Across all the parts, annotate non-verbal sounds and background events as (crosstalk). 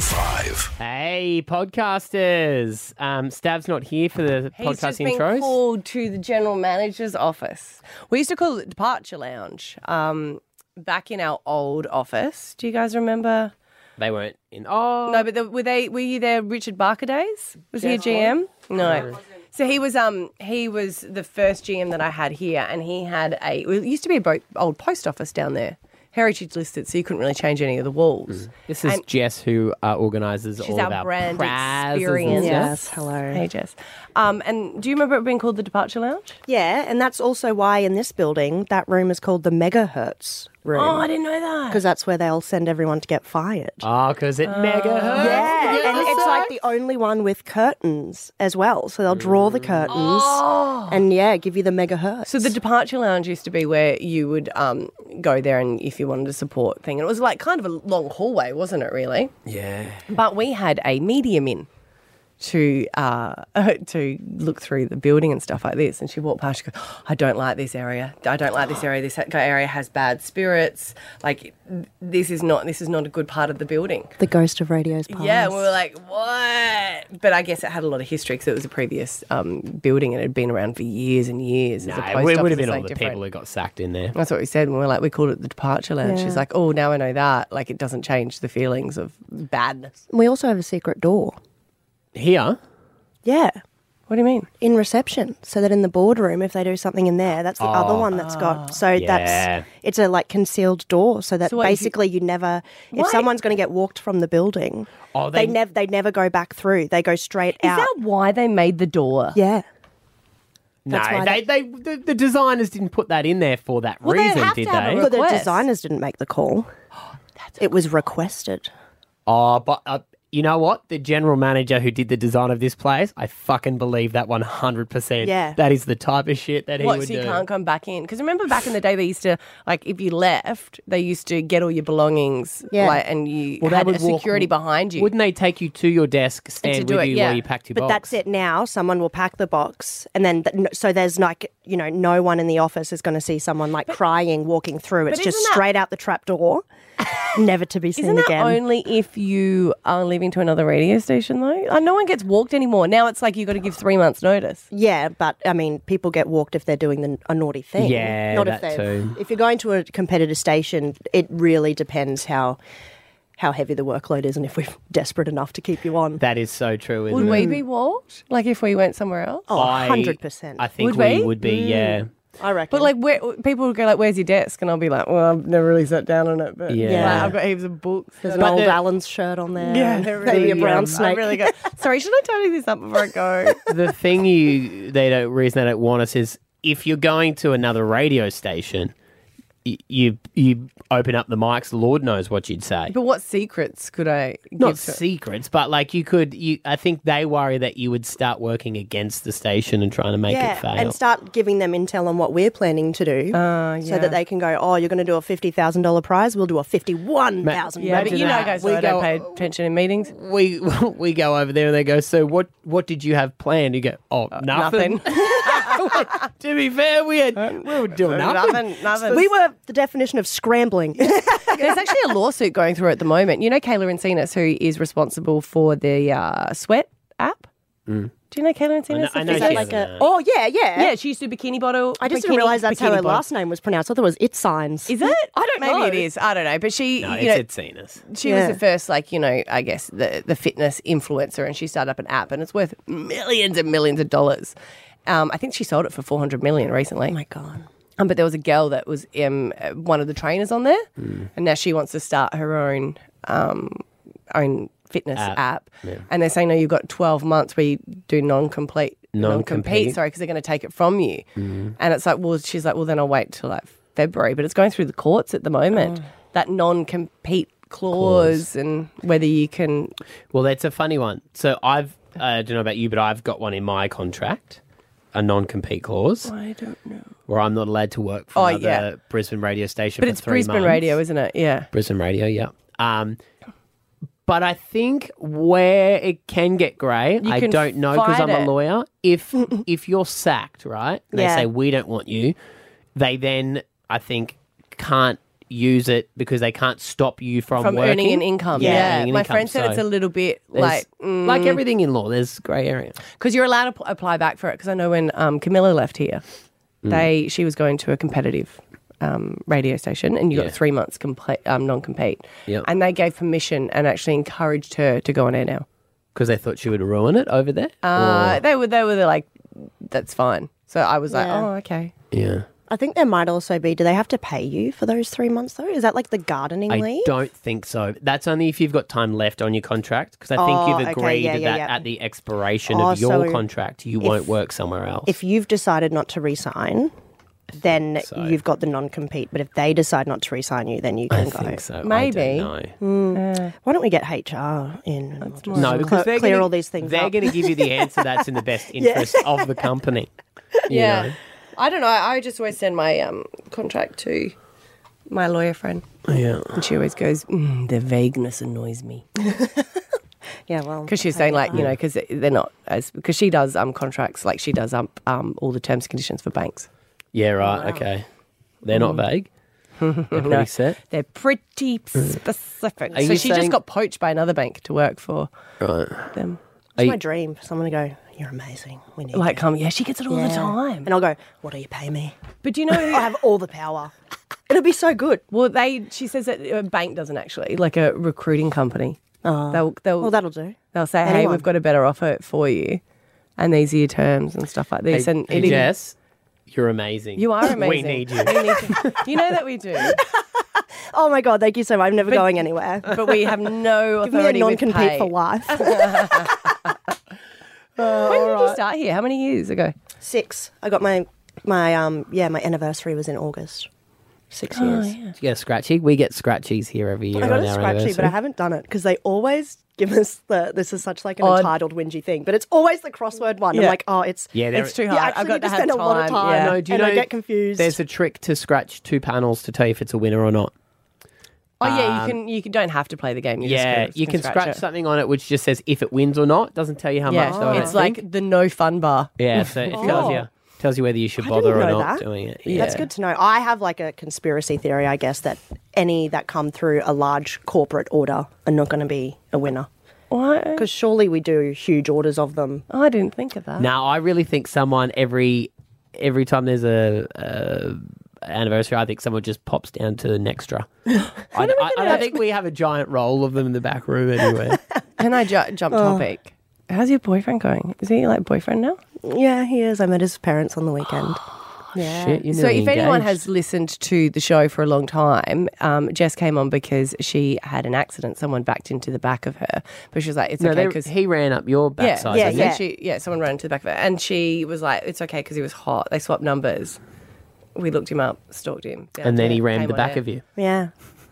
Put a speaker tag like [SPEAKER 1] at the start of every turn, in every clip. [SPEAKER 1] Stav.
[SPEAKER 2] Hey, podcasters. Um, Stav's not here for the
[SPEAKER 3] He's
[SPEAKER 2] podcast
[SPEAKER 3] just been
[SPEAKER 2] intros.
[SPEAKER 3] called to the general manager's office. We used to call it departure lounge um, back in our old office. Do you guys remember?
[SPEAKER 2] They weren't in. Oh,
[SPEAKER 3] No, but the, were they? Were you there, Richard Barker days? Was he a GM? No. So he was. Um, he was the first GM that I had here, and he had a. Well, it used to be a bo- old post office down there, heritage listed, so you couldn't really change any of the walls.
[SPEAKER 2] Mm. this is
[SPEAKER 3] and-
[SPEAKER 2] Jess who uh, organises all
[SPEAKER 3] our
[SPEAKER 2] of our
[SPEAKER 3] brand
[SPEAKER 2] prizes and
[SPEAKER 3] experience.
[SPEAKER 2] stuff.
[SPEAKER 3] Yes.
[SPEAKER 4] Yes, hello.
[SPEAKER 3] Hey Jess, um, and do you remember it being called the departure lounge?
[SPEAKER 4] Yeah, and that's also why in this building that room is called the megahertz
[SPEAKER 3] Oh,
[SPEAKER 4] room
[SPEAKER 3] I didn't know that.
[SPEAKER 4] because that's where they'll send everyone to get fired.
[SPEAKER 2] Oh, because
[SPEAKER 3] Uh,
[SPEAKER 2] it mega hurts.
[SPEAKER 4] yeah, and it's like the only one with curtains as well. So they'll draw the curtains
[SPEAKER 3] Oh.
[SPEAKER 4] and yeah, give you the megahertz.
[SPEAKER 3] So the departure lounge used to be where you would um, go there, and if you wanted a support thing, and it was like kind of a long hallway, wasn't it? Really,
[SPEAKER 2] Yeah.
[SPEAKER 3] but we had a medium in to uh, (laughs) to look through the building and stuff like this. And she walked past. She goes, "I don't like this area. I don't like this area. This ha- area has bad spirits. Like this is not this is not a good part of the building."
[SPEAKER 4] The ghost of radio's past.
[SPEAKER 3] Yeah, and we were like, what? But I guess it had a lot of history because it was a previous um, building and it had been around for years and years. as a
[SPEAKER 2] No,
[SPEAKER 3] post
[SPEAKER 2] it would
[SPEAKER 3] office,
[SPEAKER 2] have been
[SPEAKER 3] it's,
[SPEAKER 2] all
[SPEAKER 3] like,
[SPEAKER 2] the
[SPEAKER 3] different.
[SPEAKER 2] people who got sacked in there.
[SPEAKER 3] That's what we said, and we are like, we called it the departure lounge. She's
[SPEAKER 4] Yeah.
[SPEAKER 3] like, oh, now I know that. Like, it doesn't change the feelings of badness.
[SPEAKER 4] we also have a secret door.
[SPEAKER 2] Here,
[SPEAKER 4] Yeah.
[SPEAKER 3] What do you mean?
[SPEAKER 4] In reception, so that in the boardroom, if they do something in there, that's the other one that's got. So
[SPEAKER 2] Yeah.
[SPEAKER 4] that's it's a like concealed door, so that
[SPEAKER 3] Ah. So what, you-
[SPEAKER 4] basically you, never. If someone's going to get walked from the building,
[SPEAKER 2] Oh,
[SPEAKER 4] they,
[SPEAKER 2] they-
[SPEAKER 4] never they never go back through. They go straight out.
[SPEAKER 3] Is that why they made the door?
[SPEAKER 4] yeah,
[SPEAKER 2] no,
[SPEAKER 4] That's why
[SPEAKER 2] they, they, the, the designers didn't put that in there for that
[SPEAKER 3] Well, they'd
[SPEAKER 2] reason,
[SPEAKER 3] have to
[SPEAKER 2] did
[SPEAKER 3] have a
[SPEAKER 2] they?
[SPEAKER 3] re-
[SPEAKER 4] but the
[SPEAKER 3] Request.
[SPEAKER 4] designers didn't make the
[SPEAKER 3] (gasps)
[SPEAKER 4] call. it was requested.
[SPEAKER 2] Oh, but uh, you know what? The general manager who did the design of this place, I fucking believe that 100%.
[SPEAKER 4] Yeah.
[SPEAKER 2] That is the type of shit that he
[SPEAKER 3] What,
[SPEAKER 2] would
[SPEAKER 3] so you
[SPEAKER 2] do.
[SPEAKER 3] can't come back in? Because remember back in the day, they used to, like, if you left, they used to get all your belongings,
[SPEAKER 4] Yeah.
[SPEAKER 3] like, and you
[SPEAKER 2] Well, they
[SPEAKER 3] had a
[SPEAKER 2] would walk-
[SPEAKER 3] security behind you.
[SPEAKER 2] Wouldn't they take you to your desk,
[SPEAKER 3] to
[SPEAKER 2] stand
[SPEAKER 3] do
[SPEAKER 2] with
[SPEAKER 3] it,
[SPEAKER 2] you
[SPEAKER 3] yeah.
[SPEAKER 2] while you packed your
[SPEAKER 4] But
[SPEAKER 2] box?
[SPEAKER 4] that's it now. Someone will pack the box, and then th- no- so there's like you know no one in the office is going to see someone like crying walking through. It's just
[SPEAKER 3] isn't that-
[SPEAKER 4] straight out the trap door, (laughs) never to be seen
[SPEAKER 3] Isn't that
[SPEAKER 4] again.
[SPEAKER 3] only if you are leaving to another radio station though? Uh, no one gets walked anymore. Now it's like you got to give three months notice.
[SPEAKER 4] yeah, but I mean, people get walked if they're doing the, a naughty thing.
[SPEAKER 2] Yeah,
[SPEAKER 4] not
[SPEAKER 2] that
[SPEAKER 4] if they.
[SPEAKER 2] too.
[SPEAKER 4] If you're going to a competitor station, it really depends how how heavy the workload is and if we're (laughs) desperate enough to keep you on.
[SPEAKER 2] That is so true. Isn't
[SPEAKER 3] Would
[SPEAKER 2] it?
[SPEAKER 3] we be walked? Like if we went somewhere else?
[SPEAKER 4] Oh,
[SPEAKER 2] I-
[SPEAKER 4] 100%.
[SPEAKER 2] I think
[SPEAKER 3] Would
[SPEAKER 2] we,
[SPEAKER 3] we? Mm.
[SPEAKER 2] would be, yeah.
[SPEAKER 4] I reckon.
[SPEAKER 3] But like, where, people would go like, "Where's your desk?" And I'll be like, "Well, I've never really sat down on it, but
[SPEAKER 2] Yeah.
[SPEAKER 3] like, I've got heaps of books."
[SPEAKER 4] there's
[SPEAKER 3] that
[SPEAKER 4] an old
[SPEAKER 3] I-
[SPEAKER 4] Allen's shirt on there. and
[SPEAKER 3] they're
[SPEAKER 4] maybe a
[SPEAKER 3] really,
[SPEAKER 4] brown
[SPEAKER 3] um,
[SPEAKER 4] snake.
[SPEAKER 3] I'm really (laughs) good. Sorry, should I tidy this up before I go?
[SPEAKER 2] the thing you they don't reason they don't want us is if you're going to another radio station, y- you you open up the mics. Lord knows what you'd say.
[SPEAKER 3] (laughs) but what secrets could I?
[SPEAKER 2] Not
[SPEAKER 3] give to- (laughs)
[SPEAKER 2] secrets, but like you could. You, I think they worry that you would start working against the station and trying to make
[SPEAKER 4] yeah,
[SPEAKER 2] it fail.
[SPEAKER 4] and start giving them intel on what we're planning to do,
[SPEAKER 3] Ah,
[SPEAKER 4] so that they can go, "Oh, you're going to do a fifty thousand dollar prize. We'll do a fifty-one thousand.
[SPEAKER 3] yeah, but you know,
[SPEAKER 2] that.
[SPEAKER 3] guys,
[SPEAKER 2] We
[SPEAKER 3] I don't
[SPEAKER 2] go-
[SPEAKER 3] pay attention in meetings.
[SPEAKER 2] we (laughs) we go over there and they go. So what what did you have planned? You go. Oh,
[SPEAKER 3] Uh, Nothing.
[SPEAKER 2] nothing. (laughs)
[SPEAKER 3] (laughs) Ah,
[SPEAKER 2] to be fair, we had
[SPEAKER 3] Uh,
[SPEAKER 2] we were doing nothing.
[SPEAKER 3] Nothing. Nothing.
[SPEAKER 4] we were the definition of
[SPEAKER 3] (laughs)
[SPEAKER 4] scrambling.
[SPEAKER 3] There's actually a lawsuit going through at the moment. You know Kayla Encinas, who is responsible for the uh, Sweat app? Do you know Kayla Encinas?
[SPEAKER 2] Mm. I know
[SPEAKER 3] Is that
[SPEAKER 2] she
[SPEAKER 3] like-
[SPEAKER 2] is. Yeah.
[SPEAKER 4] oh yeah, yeah,
[SPEAKER 3] yeah, she used to do Bikini Bottle.
[SPEAKER 4] I just
[SPEAKER 3] bikini-
[SPEAKER 4] didn't realize that's how her
[SPEAKER 3] Bikini Bottle.
[SPEAKER 4] last name was pronounced. I thought it was it signs.
[SPEAKER 3] Is it? I don't Maybe
[SPEAKER 4] know.
[SPEAKER 3] it is. I don't know. But she, you
[SPEAKER 2] No,
[SPEAKER 3] know,
[SPEAKER 2] it's had seen us.
[SPEAKER 3] she
[SPEAKER 4] Yeah.
[SPEAKER 3] was the first, like, you know, I guess the, the fitness influencer and she started up an app and it's worth millions and millions of dollars. Um, I think she sold it for 400 million recently.
[SPEAKER 4] Oh my god.
[SPEAKER 3] Um, but there was a girl that was um, uh, one of the trainers on there,
[SPEAKER 2] Mm.
[SPEAKER 3] and now she wants to start her own um, own fitness app. And they're saying, "No, you've got twelve months where you do non-complete
[SPEAKER 2] Non-compete.
[SPEAKER 3] Sorry, because they're going to take it from you."
[SPEAKER 2] Mm.
[SPEAKER 3] And it's like, well, she's like, "Well, then I'll wait till like February," but it's going through the courts at the moment. That non-compete clause, and whether you can.
[SPEAKER 2] Well, that's a funny one. So I've uh, I don't know about you, but I've got one in my contract, a non-compete clause
[SPEAKER 3] I don't know.
[SPEAKER 2] where I'm not allowed to work for
[SPEAKER 3] Oh,
[SPEAKER 2] another
[SPEAKER 3] yeah.
[SPEAKER 2] Brisbane radio station.
[SPEAKER 3] But
[SPEAKER 2] for
[SPEAKER 3] it's
[SPEAKER 2] three
[SPEAKER 3] Brisbane
[SPEAKER 2] months.
[SPEAKER 3] radio, isn't it? Yeah.
[SPEAKER 2] Brisbane radio, yeah. Um, but I think where it can get grey, I
[SPEAKER 3] can
[SPEAKER 2] don't know because
[SPEAKER 3] fight
[SPEAKER 2] I'm a
[SPEAKER 3] it.
[SPEAKER 2] lawyer. If if you're sacked, right? They
[SPEAKER 4] Yeah.
[SPEAKER 2] say we don't want you. They then I think can't use it because they can't stop you from,
[SPEAKER 3] from
[SPEAKER 2] working.
[SPEAKER 3] earning an income.
[SPEAKER 2] Yeah,
[SPEAKER 3] Yeah,
[SPEAKER 2] earning an
[SPEAKER 3] my
[SPEAKER 2] income,
[SPEAKER 3] friend said
[SPEAKER 2] so
[SPEAKER 3] it's a little bit
[SPEAKER 2] there's-
[SPEAKER 3] like mm,
[SPEAKER 2] like everything in law, there's grey area.
[SPEAKER 3] because you're allowed to p- apply back for it. Because I know when um, Camilla left here, they she was going to a competitive um, radio station, and you
[SPEAKER 2] Yeah.
[SPEAKER 3] got three months compla- um, non compete,
[SPEAKER 2] Yep.
[SPEAKER 3] and they gave permission and actually encouraged her to go on air now.
[SPEAKER 2] Because they thought she would ruin it over there.
[SPEAKER 3] Uh, they were they were like, that's fine. So I was like,
[SPEAKER 4] Yeah.
[SPEAKER 3] oh okay.
[SPEAKER 2] Or- yeah.
[SPEAKER 4] I think there might also be. Do they have to pay you for those three months though? Is that like the gardening
[SPEAKER 2] I
[SPEAKER 4] leave?
[SPEAKER 2] don't think so. That's only if you've got time left on your contract, because I think
[SPEAKER 4] Oh,
[SPEAKER 2] you've
[SPEAKER 4] okay,
[SPEAKER 2] agreed
[SPEAKER 4] yeah, yeah,
[SPEAKER 2] that
[SPEAKER 4] yeah.
[SPEAKER 2] at the expiration
[SPEAKER 4] Oh,
[SPEAKER 2] of your
[SPEAKER 4] so
[SPEAKER 2] contract, you won't work somewhere else.
[SPEAKER 4] If you've decided not to resign, then
[SPEAKER 2] so.
[SPEAKER 4] you've got the non-compete. But if they decide not to resign you, then you
[SPEAKER 2] I
[SPEAKER 4] can go. Hmm.
[SPEAKER 2] think so.
[SPEAKER 3] Maybe.
[SPEAKER 2] I don't know.
[SPEAKER 4] Why don't we get HR in? and we'll just
[SPEAKER 2] No,
[SPEAKER 4] cl-
[SPEAKER 2] because they're
[SPEAKER 4] clear
[SPEAKER 2] gonna,
[SPEAKER 4] all these things.
[SPEAKER 2] They're
[SPEAKER 4] up.
[SPEAKER 2] going to give you
[SPEAKER 4] (laughs)
[SPEAKER 2] the answer that's in the best interest of the company. You know?
[SPEAKER 3] I don't know. I just always send my um, contract to my lawyer friend,
[SPEAKER 2] Yeah.
[SPEAKER 3] and she always goes, mm, "The vagueness annoys me."
[SPEAKER 4] (laughs) Yeah, well,
[SPEAKER 3] Because she was saying like you know because they're not as because she does um contracts like she does um, um all the terms and conditions for banks.
[SPEAKER 2] Yeah, right. Okay. They're not vague. They're pretty set.
[SPEAKER 3] Mm-hmm. (laughs)
[SPEAKER 2] Mm.
[SPEAKER 3] They're pretty specific.
[SPEAKER 2] Are
[SPEAKER 3] so
[SPEAKER 2] you
[SPEAKER 3] she
[SPEAKER 2] saying-
[SPEAKER 3] just got poached by another bank to work for
[SPEAKER 2] Right.
[SPEAKER 3] them.
[SPEAKER 2] Are
[SPEAKER 4] it's my
[SPEAKER 2] you-
[SPEAKER 4] dream for someone to go. You're amazing. We need
[SPEAKER 3] Like um yeah, she gets it all
[SPEAKER 4] you."
[SPEAKER 3] the
[SPEAKER 4] Yeah.
[SPEAKER 3] time.
[SPEAKER 4] and I'll go. What do you pay me?
[SPEAKER 3] But do you
[SPEAKER 4] (laughs)
[SPEAKER 3] know,
[SPEAKER 4] I have all the power. It'll be so good.
[SPEAKER 3] well they she says that a bank doesn't actually like a recruiting company.
[SPEAKER 4] Oh.
[SPEAKER 3] They'll they'll
[SPEAKER 4] Well, that'll do.
[SPEAKER 3] they'll say hey
[SPEAKER 4] anyone.
[SPEAKER 3] we've got a better offer for you, and these are your terms and stuff like this. and it-
[SPEAKER 2] Jess, you're amazing.
[SPEAKER 3] you are
[SPEAKER 4] (laughs)
[SPEAKER 3] amazing.
[SPEAKER 2] (laughs) We need you.
[SPEAKER 3] We need you. you know that we do.
[SPEAKER 4] Oh my god, thank you so much. I'm never going anywhere.
[SPEAKER 3] (laughs) but we have
[SPEAKER 4] (laughs)
[SPEAKER 3] no
[SPEAKER 4] Give me a
[SPEAKER 3] authority. with
[SPEAKER 4] non-compete
[SPEAKER 3] pay.
[SPEAKER 4] for
[SPEAKER 3] (laughs)
[SPEAKER 4] life. (laughs)
[SPEAKER 3] When did you start here? How many years ago?
[SPEAKER 4] Six. I got my my um yeah my anniversary was in August. Six
[SPEAKER 3] Oh,
[SPEAKER 4] years.
[SPEAKER 2] Do (laughs) you get a scratchy? We get scratchies here every year
[SPEAKER 4] I got
[SPEAKER 2] on
[SPEAKER 4] a
[SPEAKER 2] our
[SPEAKER 4] scratchy, but I
[SPEAKER 2] anniversary.
[SPEAKER 4] haven't done it because they always give us the. This is such like an
[SPEAKER 3] Odd.
[SPEAKER 4] entitled whingy thing, but it's always the crossword one. I'm
[SPEAKER 3] Yeah.
[SPEAKER 4] like, oh, it's
[SPEAKER 2] Yeah, there-
[SPEAKER 3] It's too
[SPEAKER 4] You
[SPEAKER 3] hard.
[SPEAKER 4] actually
[SPEAKER 3] I've
[SPEAKER 4] need
[SPEAKER 3] got to
[SPEAKER 4] to
[SPEAKER 3] have
[SPEAKER 4] spend a lot of time.
[SPEAKER 3] Yeah.
[SPEAKER 2] No, do you
[SPEAKER 4] and
[SPEAKER 2] know
[SPEAKER 4] I get confused.
[SPEAKER 2] There's a trick to scratch two panels to tell you if it's a winner or not. Um,
[SPEAKER 3] Oh yeah, you can. You can, don't have to play the game. You
[SPEAKER 2] yeah,
[SPEAKER 3] just
[SPEAKER 2] you can scratch,
[SPEAKER 3] it.
[SPEAKER 2] something on it which just says if it wins or not. Doesn't tell you how
[SPEAKER 3] Yeah,
[SPEAKER 2] much though. I
[SPEAKER 3] it's
[SPEAKER 2] don't
[SPEAKER 3] like
[SPEAKER 2] think.
[SPEAKER 3] the no fun bar.
[SPEAKER 2] (laughs) yeah, so it tells you tells you whether you should
[SPEAKER 4] I didn't
[SPEAKER 2] bother or
[SPEAKER 4] know
[SPEAKER 2] not
[SPEAKER 4] that.
[SPEAKER 2] doing it.
[SPEAKER 4] That's
[SPEAKER 2] Yeah.
[SPEAKER 4] good to know. I have like a conspiracy theory, I guess, that any that come through a large corporate order are not going to be a winner
[SPEAKER 3] What?
[SPEAKER 4] because surely we do huge orders of them.
[SPEAKER 3] Oh, I didn't think of that.
[SPEAKER 2] Now I really think someone every every time there's a, a anniversary, I think someone just pops down
[SPEAKER 4] (gasps)
[SPEAKER 2] to Nextra. I, I, I don't think we have a giant roll of them in the back room
[SPEAKER 4] (laughs)
[SPEAKER 2] anywhere.
[SPEAKER 3] Can I ju- jump
[SPEAKER 4] Oh.
[SPEAKER 3] topic? How's your boyfriend going? Is he like boyfriend now?
[SPEAKER 4] Yeah, he is. I met his parents on the
[SPEAKER 3] (gasps)
[SPEAKER 4] weekend. yeah.
[SPEAKER 2] Shit, you
[SPEAKER 3] So, if
[SPEAKER 2] nearly
[SPEAKER 3] anyone
[SPEAKER 2] engaged.
[SPEAKER 3] has listened to the show for a long time, um, Jess came on because she had an accident. Someone backed into the back of her, but she was like, "It's
[SPEAKER 2] no,
[SPEAKER 3] okay
[SPEAKER 2] they-
[SPEAKER 3] 'cause
[SPEAKER 2] he ran up your backside.
[SPEAKER 3] yeah,
[SPEAKER 2] didn't
[SPEAKER 3] yeah.
[SPEAKER 4] yeah.
[SPEAKER 3] She, yeah, someone ran into the back of her, and she was like, "It's okay because he was hot." They swapped numbers. We looked him up, stalked him,
[SPEAKER 2] he? And then he rammed
[SPEAKER 3] ran
[SPEAKER 2] the back of you.
[SPEAKER 4] Yeah.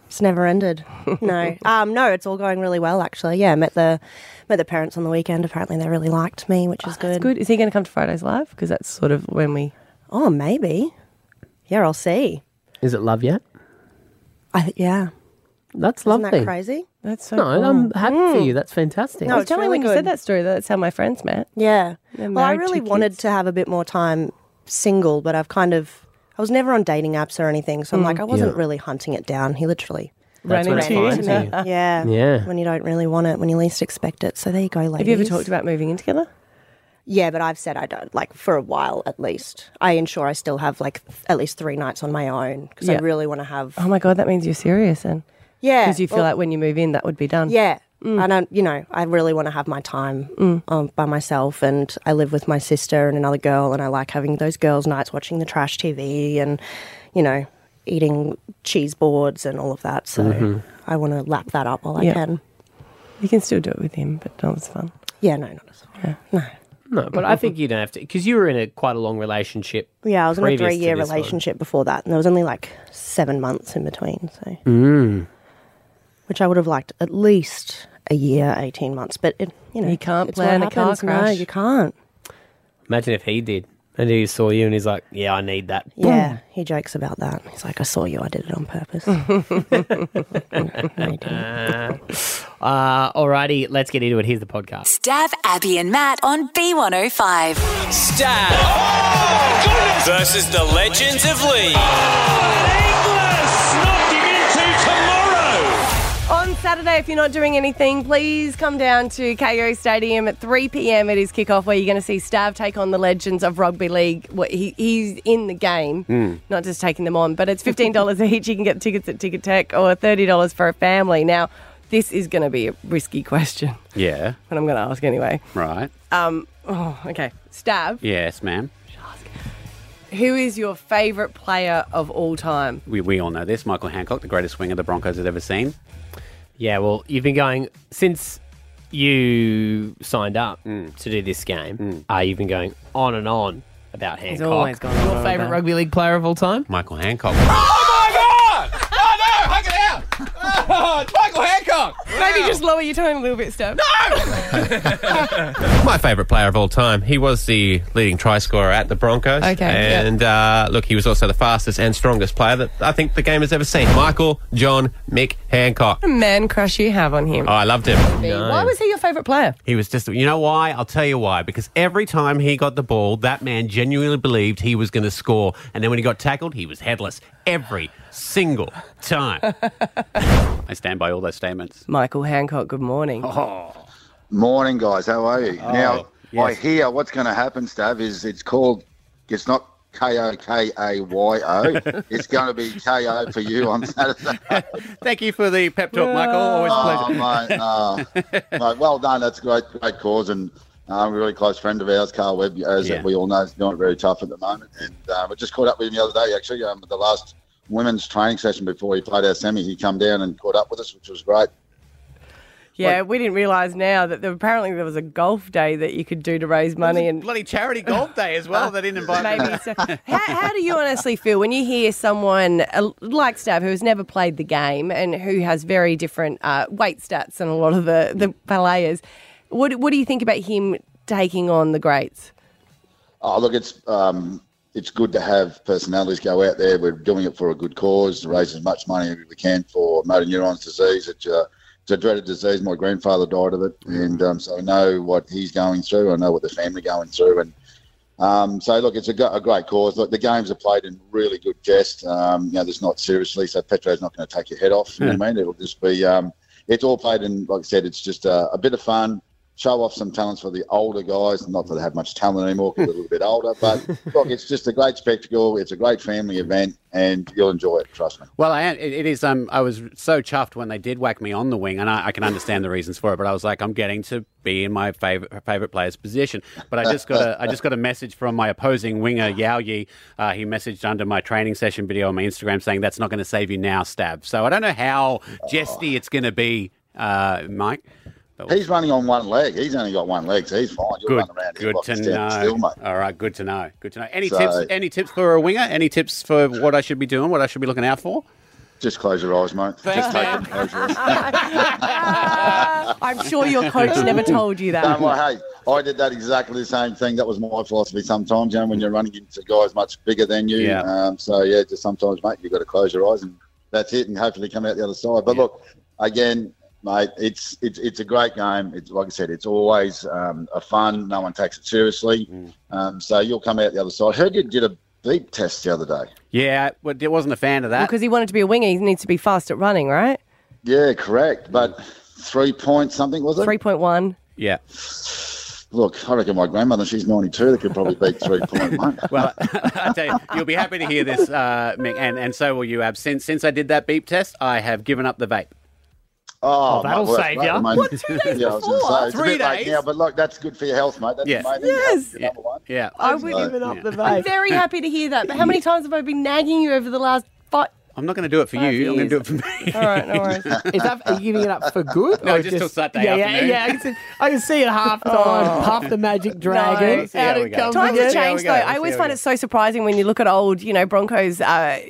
[SPEAKER 4] It's never
[SPEAKER 3] (laughs)
[SPEAKER 4] ended. No. um, no, it's all going really well actually. Yeah, met the met the parents on the weekend. Apparently they really liked me, which is good.
[SPEAKER 3] Oh, Good. Is he going to come to Fridays Live? Because that's sort of when we.
[SPEAKER 4] Oh, maybe. Yeah, I'll see.
[SPEAKER 2] Is it love yet?
[SPEAKER 4] I th- yeah.
[SPEAKER 2] That's
[SPEAKER 4] Isn't
[SPEAKER 2] lovely.
[SPEAKER 4] that crazy? Hmm.
[SPEAKER 3] That's so.
[SPEAKER 2] No,
[SPEAKER 3] cool.
[SPEAKER 2] I'm happy for you. That's fantastic.
[SPEAKER 3] I
[SPEAKER 4] No,
[SPEAKER 2] No,
[SPEAKER 3] was
[SPEAKER 4] it's
[SPEAKER 3] telling you
[SPEAKER 4] really
[SPEAKER 3] when you said
[SPEAKER 4] good.
[SPEAKER 3] that story. That's how my friends met.
[SPEAKER 4] Yeah.
[SPEAKER 3] They're
[SPEAKER 4] Well, I
[SPEAKER 3] married to
[SPEAKER 4] really wanted
[SPEAKER 3] kids.
[SPEAKER 4] to have a bit more time single, but I've kind of I was never on dating apps or anything,
[SPEAKER 3] Hmm.
[SPEAKER 4] so I'm like I wasn't really hunting it down. He literally.
[SPEAKER 2] that's
[SPEAKER 3] running
[SPEAKER 2] when it
[SPEAKER 3] to you,
[SPEAKER 2] finds
[SPEAKER 3] isn't
[SPEAKER 2] you.
[SPEAKER 4] (laughs) Yeah.
[SPEAKER 2] Yeah.
[SPEAKER 4] When you don't really want it, when you least expect it. So there you go, ladies.
[SPEAKER 3] Have you ever talked about moving in together?
[SPEAKER 4] Yeah, but I've said I don't like for a while at least. I ensure I still have like th- at least three nights on my own because
[SPEAKER 3] Yeah.
[SPEAKER 4] I really want to have.
[SPEAKER 3] Oh my god, that means you're serious, then.
[SPEAKER 4] yeah,
[SPEAKER 3] Because you feel
[SPEAKER 4] well,
[SPEAKER 3] like when you move in, that would be done. Hmm.
[SPEAKER 4] yeah. I don't, you know, I really want to have my time
[SPEAKER 3] mm,
[SPEAKER 4] um, by myself, and I live with my sister and another girl, and I like having those girls' nights watching the trash TV and, you know, eating cheese boards and all of that. So
[SPEAKER 2] Mm-hmm.
[SPEAKER 4] I want to lap that up while
[SPEAKER 3] Yeah.
[SPEAKER 4] I can.
[SPEAKER 3] You can still do it with him, but not as fun.
[SPEAKER 4] Yeah, no, not as
[SPEAKER 2] No, but I think you don't have to because you were in a quite a long relationship.
[SPEAKER 4] Yeah, I was in a
[SPEAKER 2] previous to
[SPEAKER 4] three year
[SPEAKER 2] this one.
[SPEAKER 4] relationship before that, and there was only like seven months in between. So,
[SPEAKER 2] Mm.
[SPEAKER 4] which I would have liked at least a year, eighteen months. But it, you know,
[SPEAKER 3] You can't
[SPEAKER 4] it's what
[SPEAKER 3] plan a car
[SPEAKER 4] happens. No,
[SPEAKER 3] crash.
[SPEAKER 4] you can't.
[SPEAKER 2] Imagine if he did, and he saw you, and he's like, "Yeah, I need that."
[SPEAKER 4] Yeah, he jokes about that. He's like, "I saw you. I did it on purpose." (laughs) No, he didn't.
[SPEAKER 2] Uh, alrighty, let's get into it. Here's the podcast.
[SPEAKER 1] Stab Abby and Matt on B105.
[SPEAKER 5] Stab versus the Legends of League.
[SPEAKER 6] England! Not giving
[SPEAKER 3] Saturday, if you're not doing anything, please come down to KO Stadium at 3 p.m. It is kickoff where you're going to see Stav take on the legends of rugby league. What he, he's in the game,
[SPEAKER 7] Hmm.
[SPEAKER 3] not just taking them on, but it's $15 (laughs) each. You can get tickets at Ticket Tech or $30 for a family. Now, this is going to be a risky question, (laughs)
[SPEAKER 5] Yeah.
[SPEAKER 3] but I'm going to ask anyway.
[SPEAKER 5] Right.
[SPEAKER 3] Oh, okay. Stav,
[SPEAKER 5] Yes, ma'am.
[SPEAKER 3] who is your favourite player of all time?
[SPEAKER 5] We, we all know this. Michael Hancock, the greatest winger the Broncos had ever seen.
[SPEAKER 2] Yeah, well, you've been going since you signed up
[SPEAKER 5] Hmm.
[SPEAKER 2] to do this game. Uh, you've been going on and on about Hancock.
[SPEAKER 3] always gone on and
[SPEAKER 2] Your
[SPEAKER 3] on
[SPEAKER 2] favorite
[SPEAKER 3] about-
[SPEAKER 2] rugby league player of all time?
[SPEAKER 5] Michael Hancock. Oh my God! Oh (laughs) no! Hug it out! (laughs) Oh, it's Michael Hancock.
[SPEAKER 3] Maybe just lower your tone a little bit, Stav.
[SPEAKER 6] My favourite player of all time. He was the leading try scorer at the Broncos.
[SPEAKER 3] Okay, yeah.
[SPEAKER 6] And uh, look, he was also the fastest and strongest player that I think the game has ever seen. Michael John Mick Hancock. Oh,
[SPEAKER 3] Man crush you have on
[SPEAKER 5] Oh,
[SPEAKER 3] him.
[SPEAKER 6] I loved him.
[SPEAKER 3] Why was he your favourite player?
[SPEAKER 5] He was just, you know why? I'll tell you why. Because every time he got the ball, that man genuinely believed he was going to score. And then when he got tackled, he was headless every single time. (laughs) I stand by all those statements.
[SPEAKER 3] Michael Hancock, good morning.
[SPEAKER 5] Oh.
[SPEAKER 8] Morning, guys. How are you? now, I
[SPEAKER 5] yes.
[SPEAKER 8] hear what's going to happen, Stav, is it's called, it's not K O K A Y
[SPEAKER 5] (laughs)
[SPEAKER 8] O. It's going to be K O for you on Saturday.
[SPEAKER 5] Thank you for the pep talk, Michael. Always a pleasure.
[SPEAKER 8] Oh, mate,
[SPEAKER 5] (laughs)
[SPEAKER 8] no. Mate, well done. That's a great, great cause. And um, a really close friend of ours, Carl Webb, as
[SPEAKER 5] Yeah.
[SPEAKER 8] we all know, is doing it very tough at the moment. And um, I just caught up with him the other day, actually, um, at the last women's training session before he played our semi. He come down and caught up with us, which was great.
[SPEAKER 3] Yeah, we didn't realise now that there, apparently there was a golf day that you could do to raise money and
[SPEAKER 5] Bloody charity golf day as well. They didn't invite me.
[SPEAKER 3] maybe. So, (laughs) how, (laughs) how do you honestly feel when you hear someone uh, like Stav, who has never played the game and who has very different uh, weight stats than a lot of the the players? What what do you think about him taking on the greats?
[SPEAKER 8] Oh, look, it's um, it's good to have personalities go out there. We're doing it for a good cause, to raise as much money as we can for motor neurons disease. It's a, it's a dreaded disease. My grandfather died of it, and um, so I know what he's going through. I know what the family going through, and um, so look, it's a, go- a great cause. Look, the games are played in really good jest. Um, you know, there's not seriously, so Petro's not going to take your head off. You know what I mean? It'll just be, um, it's all played in, like I said, it's just a, a bit of fun. Show off some talents for the older guys. Not that they have much talent anymore, 'cause they're a little bit older.
[SPEAKER 5] (laughs)
[SPEAKER 8] But look, it's just a great spectacle. It's a great family event, and you'll enjoy it. Trust me.
[SPEAKER 5] Well, I, it, it is. Um, I was so chuffed when they did whack me on the wing, and I, I can understand the reasons for it. But I was like, I'm getting to be in my favorite favorite player's position. But I just got a I just got a message from my opposing winger Yao Yi. Uh, he messaged under my training session video on my Instagram saying that's not going to save you now, Stab. So I don't know how jesty it's going to be, uh, Mike. But
[SPEAKER 8] He's running on one leg. He's only got one leg, so he's fine. You'll
[SPEAKER 5] good,
[SPEAKER 8] run around here
[SPEAKER 5] good
[SPEAKER 8] like
[SPEAKER 5] to
[SPEAKER 8] a standing
[SPEAKER 5] know.
[SPEAKER 8] still, mate.
[SPEAKER 5] All right, good to know. Good to know. Any
[SPEAKER 8] So-
[SPEAKER 5] tips? Any tips for a winger? Any tips for what I should be doing? What I should be looking out for?
[SPEAKER 8] Just close your eyes, mate. Just take them. Close (laughs) your eyes.
[SPEAKER 3] I'm sure your coach never told you that.
[SPEAKER 8] Um, well, hey, I did that exactly the same thing. That was my philosophy sometimes, you know, when you're running into guys much bigger than you.
[SPEAKER 5] Yeah.
[SPEAKER 8] Um, so, yeah, just sometimes, mate, you've got to close your eyes and that's it and hopefully come out the other side. But look, again, mate, it's, it's it's a great game. It's Like I said, it's always um, a fun. No one takes it seriously. Um, so you'll come out the other side. I heard you did a beep test the other day.
[SPEAKER 5] Yeah, but it wasn't a fan of that.
[SPEAKER 3] Because he wanted to be a winger, he needs to be fast at running, right?
[SPEAKER 8] Yeah, correct. But three point something, was it?
[SPEAKER 3] Three point one.
[SPEAKER 5] yeah.
[SPEAKER 8] Look, I reckon my grandmother, she's 92, that could probably beat 3.1.
[SPEAKER 5] Well, I tell you, you'll be happy to hear this, uh, Mick, and, and so will you, Ab. Since, since I did that beep test, I have given up the vape.
[SPEAKER 8] Oh,
[SPEAKER 2] that'll
[SPEAKER 8] mate, well,
[SPEAKER 2] save
[SPEAKER 8] that's
[SPEAKER 2] ya.
[SPEAKER 8] great, mate.
[SPEAKER 3] What, two days
[SPEAKER 8] (laughs) yeah, I was gonna
[SPEAKER 3] before?
[SPEAKER 8] say, it's a
[SPEAKER 5] Three
[SPEAKER 8] bit late
[SPEAKER 5] days?
[SPEAKER 8] now, but look, that's good for your health, mate. That's
[SPEAKER 5] Yeah.
[SPEAKER 8] amazing.
[SPEAKER 3] Yes.
[SPEAKER 8] That's number one.
[SPEAKER 5] Yeah.
[SPEAKER 3] I
[SPEAKER 8] would-
[SPEAKER 3] would
[SPEAKER 2] Giving up the
[SPEAKER 3] I'm
[SPEAKER 2] vape.
[SPEAKER 3] very happy to hear that. But how
[SPEAKER 2] (laughs)
[SPEAKER 3] many times have I been nagging you over the last five?
[SPEAKER 5] I'm not going to do it for
[SPEAKER 3] Five
[SPEAKER 5] you. I'm going to do
[SPEAKER 3] years.
[SPEAKER 5] it for me.
[SPEAKER 3] All right, no
[SPEAKER 5] (laughs)
[SPEAKER 3] worries.
[SPEAKER 2] Is that are you giving it up for good?
[SPEAKER 5] No,
[SPEAKER 2] or
[SPEAKER 5] just till Saturday
[SPEAKER 2] yeah, yeah,
[SPEAKER 5] afternoon.
[SPEAKER 2] yeah. I can see, I can see it half time.
[SPEAKER 3] Oh.
[SPEAKER 2] Puff
[SPEAKER 3] (laughs)
[SPEAKER 2] the magic dragon.
[SPEAKER 3] Let's
[SPEAKER 5] see how
[SPEAKER 2] Out
[SPEAKER 5] we
[SPEAKER 2] it
[SPEAKER 5] go.
[SPEAKER 2] comes
[SPEAKER 3] Times
[SPEAKER 2] again.
[SPEAKER 3] have changed,
[SPEAKER 5] Yeah, we
[SPEAKER 3] though.
[SPEAKER 5] go.
[SPEAKER 3] I
[SPEAKER 5] Let's
[SPEAKER 3] always
[SPEAKER 5] see how
[SPEAKER 3] find
[SPEAKER 5] we
[SPEAKER 3] it so surprising when you look at old, you know, Broncos uh,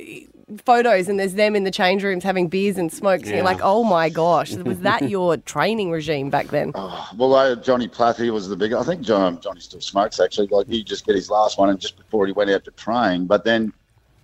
[SPEAKER 3] photos and there's them in the change rooms having beers and smokes, and you're
[SPEAKER 5] Yeah.
[SPEAKER 3] like, oh my gosh, was that your training regime back then?
[SPEAKER 2] Oh,
[SPEAKER 8] Well, uh, Johnny Platt, he was the big. I think John, Johnny still smokes, actually. Like, he just get his last one, and just before he went out to train, but then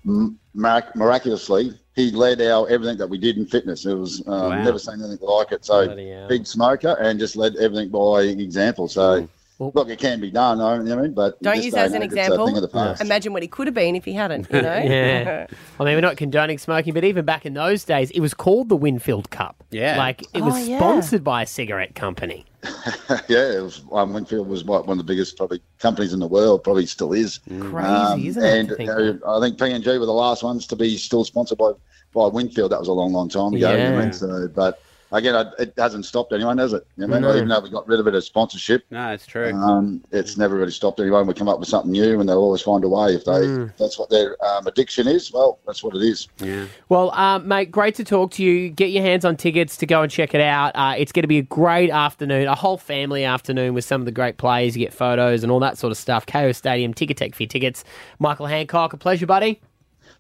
[SPEAKER 8] m- mirac- miraculously, he led our everything that we did in fitness. It was um,
[SPEAKER 5] Wow.
[SPEAKER 8] never seen anything like it. So,
[SPEAKER 2] Bloody hell. Hmm.
[SPEAKER 8] big smoker and just led everything by example. So, Look, it can be done. I you know what I mean, but in
[SPEAKER 3] Don't
[SPEAKER 8] this
[SPEAKER 3] use
[SPEAKER 8] day
[SPEAKER 3] that as
[SPEAKER 8] and
[SPEAKER 3] an
[SPEAKER 8] age, it's a
[SPEAKER 3] example.
[SPEAKER 8] thing of the past.
[SPEAKER 3] Imagine what he could have been if he hadn't,
[SPEAKER 5] (laughs)
[SPEAKER 3] you know?
[SPEAKER 2] (laughs) Yeah. I mean, we're not condoning smoking, but even back in those days, it was called the Winfield Cup.
[SPEAKER 5] Yeah.
[SPEAKER 2] Like, it was
[SPEAKER 3] Oh, yeah.
[SPEAKER 2] sponsored by a cigarette company.
[SPEAKER 8] (laughs) yeah, it was, um, Winfield was what, one of the biggest probably companies in the world, probably still is.
[SPEAKER 2] Crazy, isn't it?
[SPEAKER 8] and
[SPEAKER 2] to think
[SPEAKER 8] uh, I think P&G were the last ones to be still sponsored by, by Winfield. That was a long, long time ago. you know what I mean?
[SPEAKER 2] Yeah.
[SPEAKER 8] So, but again, I, it hasn't stopped anyone, has it? You know, what I mean? even though we got rid of it as sponsorship,
[SPEAKER 5] No, it's true.
[SPEAKER 8] um, it's never really stopped anyone. We come up with something new, and they'll always find a way. If they if that's what their um, addiction is, well, that's what it is.
[SPEAKER 5] Hmm. yeah.
[SPEAKER 2] Well, uh, mate, great to talk to you. Get your hands on tickets to go and check it out. Uh, it's going to be a great afternoon, a whole family afternoon with some of the great players. You get photos and all that sort of stuff. KO Stadium, Ticketek for your tickets. Michael Hancock, a pleasure, buddy.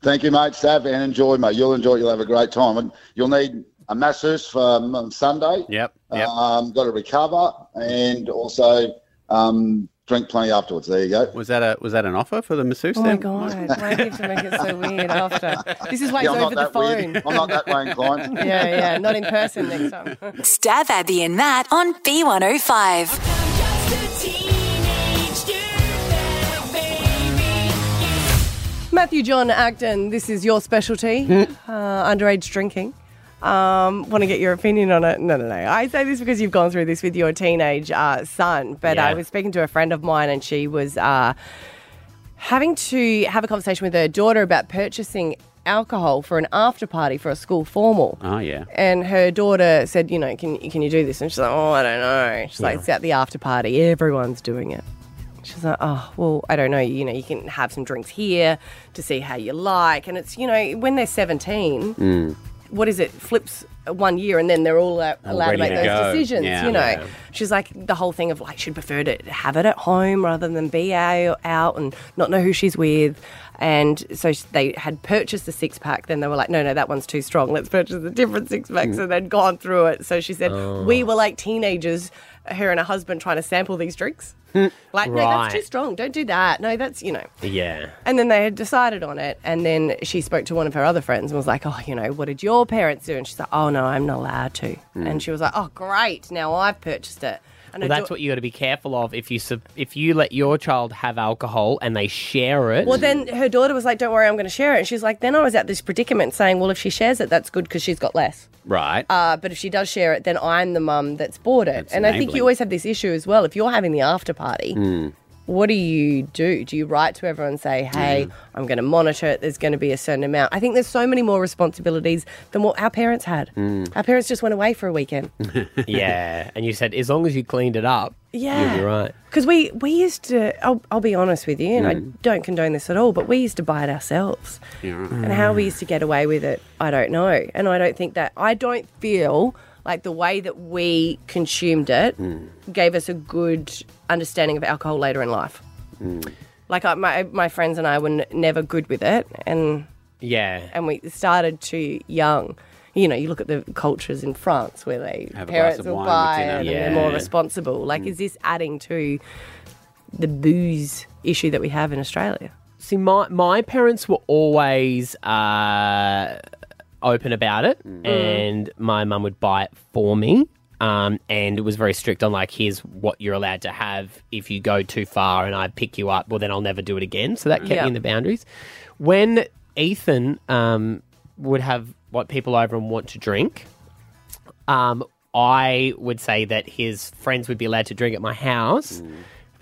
[SPEAKER 8] Thank you, mate. Sav, and enjoy, mate. You'll enjoy. it. You'll have a great time, and you'll need a masseuse for um, Sunday.
[SPEAKER 5] Yep. Yep.
[SPEAKER 8] Um, got to recover and also um, drink plenty afterwards. There you go.
[SPEAKER 5] was that a was that an offer for the masseuse?
[SPEAKER 3] Oh my
[SPEAKER 5] then?
[SPEAKER 3] God. (laughs) Why do you have to make it so weird after? This is why
[SPEAKER 8] Yeah,
[SPEAKER 3] he's over the
[SPEAKER 8] that
[SPEAKER 3] phone.
[SPEAKER 8] weird. I'm not that
[SPEAKER 3] (laughs)
[SPEAKER 8] way inclined.
[SPEAKER 3] Yeah, yeah. Not in person next
[SPEAKER 2] (laughs)
[SPEAKER 3] time.
[SPEAKER 1] Stab Abby and Matt on B105.
[SPEAKER 3] Matthew John Acton, this is your specialty, uh, underage drinking. Um, Want to get your opinion on it? No, no, no. I say this because you've gone through this with your teenage uh, son. But
[SPEAKER 2] Yeah.
[SPEAKER 3] I was speaking to a friend of mine, and she was uh, having to have a conversation with her daughter about purchasing alcohol for an after party for a school formal.
[SPEAKER 5] Oh yeah.
[SPEAKER 3] And her daughter said, you know, can can you do this? And she's like, oh, I don't know. She's like, it's at the after party. Everyone's doing it. She's like, oh, well, I don't know. You know, you can have some drinks here to see how you like. And it's, you know, when they're 17, what is it, flips one year and then they're all uh, allowed to
[SPEAKER 5] ready
[SPEAKER 3] make
[SPEAKER 5] to
[SPEAKER 3] those
[SPEAKER 5] go.
[SPEAKER 3] decisions,
[SPEAKER 5] Yeah.
[SPEAKER 3] you know.
[SPEAKER 5] Yeah.
[SPEAKER 3] She's like, the whole thing of like, she'd prefer to have it at home rather than be out, out and not know who she's with. And so sh- they had purchased the six pack. Then they were like, no, no, that one's too strong. Let's purchase a different six pack.
[SPEAKER 5] Mm.
[SPEAKER 3] So they'd gone through it. So she said,
[SPEAKER 5] Oh.
[SPEAKER 3] we were like teenagers, her and her husband trying to sample these drinks. (laughs) like, no, that's too
[SPEAKER 2] Right.
[SPEAKER 3] strong. Don't do that. No, that's, you know.
[SPEAKER 2] Yeah.
[SPEAKER 3] And then they had decided on it. And then she spoke to one of her other friends and was like, Oh, you know, what did your parents do? And she's like, Oh, no, I'm not allowed to. And she was like, Oh, (laughs) great. Now I've purchased it. And
[SPEAKER 2] Hmm. Well,
[SPEAKER 3] her
[SPEAKER 2] that's
[SPEAKER 3] dau-
[SPEAKER 2] what you got to be careful of if you sub- if you let your child have alcohol and they share it.
[SPEAKER 3] Well, then her daughter was like, Don't worry, I'm going to share it. And she's like, Then I was at this predicament saying, Well, if she shares it, that's good because she's got less.
[SPEAKER 5] Right.
[SPEAKER 3] Uh, but if she does share it, then I'm the mum that's bought it. and I think
[SPEAKER 5] enabling.
[SPEAKER 3] you always have this issue as well. If you're having the after party, what do you do? Do you write to everyone and say,
[SPEAKER 2] Hmm.
[SPEAKER 3] hey, I'm going to monitor it? There's going to be a certain amount. I think there's so many more responsibilities than what our parents had. (laughs) Our parents just went away for a weekend.
[SPEAKER 2] yeah, and you said as long as you cleaned it up,
[SPEAKER 3] Yeah.
[SPEAKER 2] you'll be right.
[SPEAKER 3] Because we, we used to, I'll, I'll be honest with you, and I don't condone this at all, but we used to buy it ourselves. And how we used to get away with it, I don't know. And I don't think that, I don't feel like the way that we consumed it gave us a good understanding of alcohol later in life. Mm. Like I, my, my friends and I were n- never good with it, and,
[SPEAKER 2] Yeah.
[SPEAKER 3] and we started too young. You know, you look at the cultures in France where they
[SPEAKER 5] Have a glass
[SPEAKER 3] parents
[SPEAKER 5] of
[SPEAKER 3] will
[SPEAKER 5] wine with
[SPEAKER 3] buy
[SPEAKER 5] dinner.
[SPEAKER 3] it
[SPEAKER 5] Mm.
[SPEAKER 3] and they're more
[SPEAKER 2] Yeah.
[SPEAKER 3] responsible. Like, is this adding to the booze issue that we have in Australia?
[SPEAKER 2] See, my my parents were always uh, open about it,
[SPEAKER 3] Mm.
[SPEAKER 2] and my mum would buy it for me. Um, and it was very strict on like, here's what you're allowed to have. If you go too far and I pick you up, well, then I'll never do it again. So that kept
[SPEAKER 3] Yeah.
[SPEAKER 2] me in the boundaries. When Ethan um, would have what people over and want to drink, um, I would say that his friends would be allowed to drink at my house.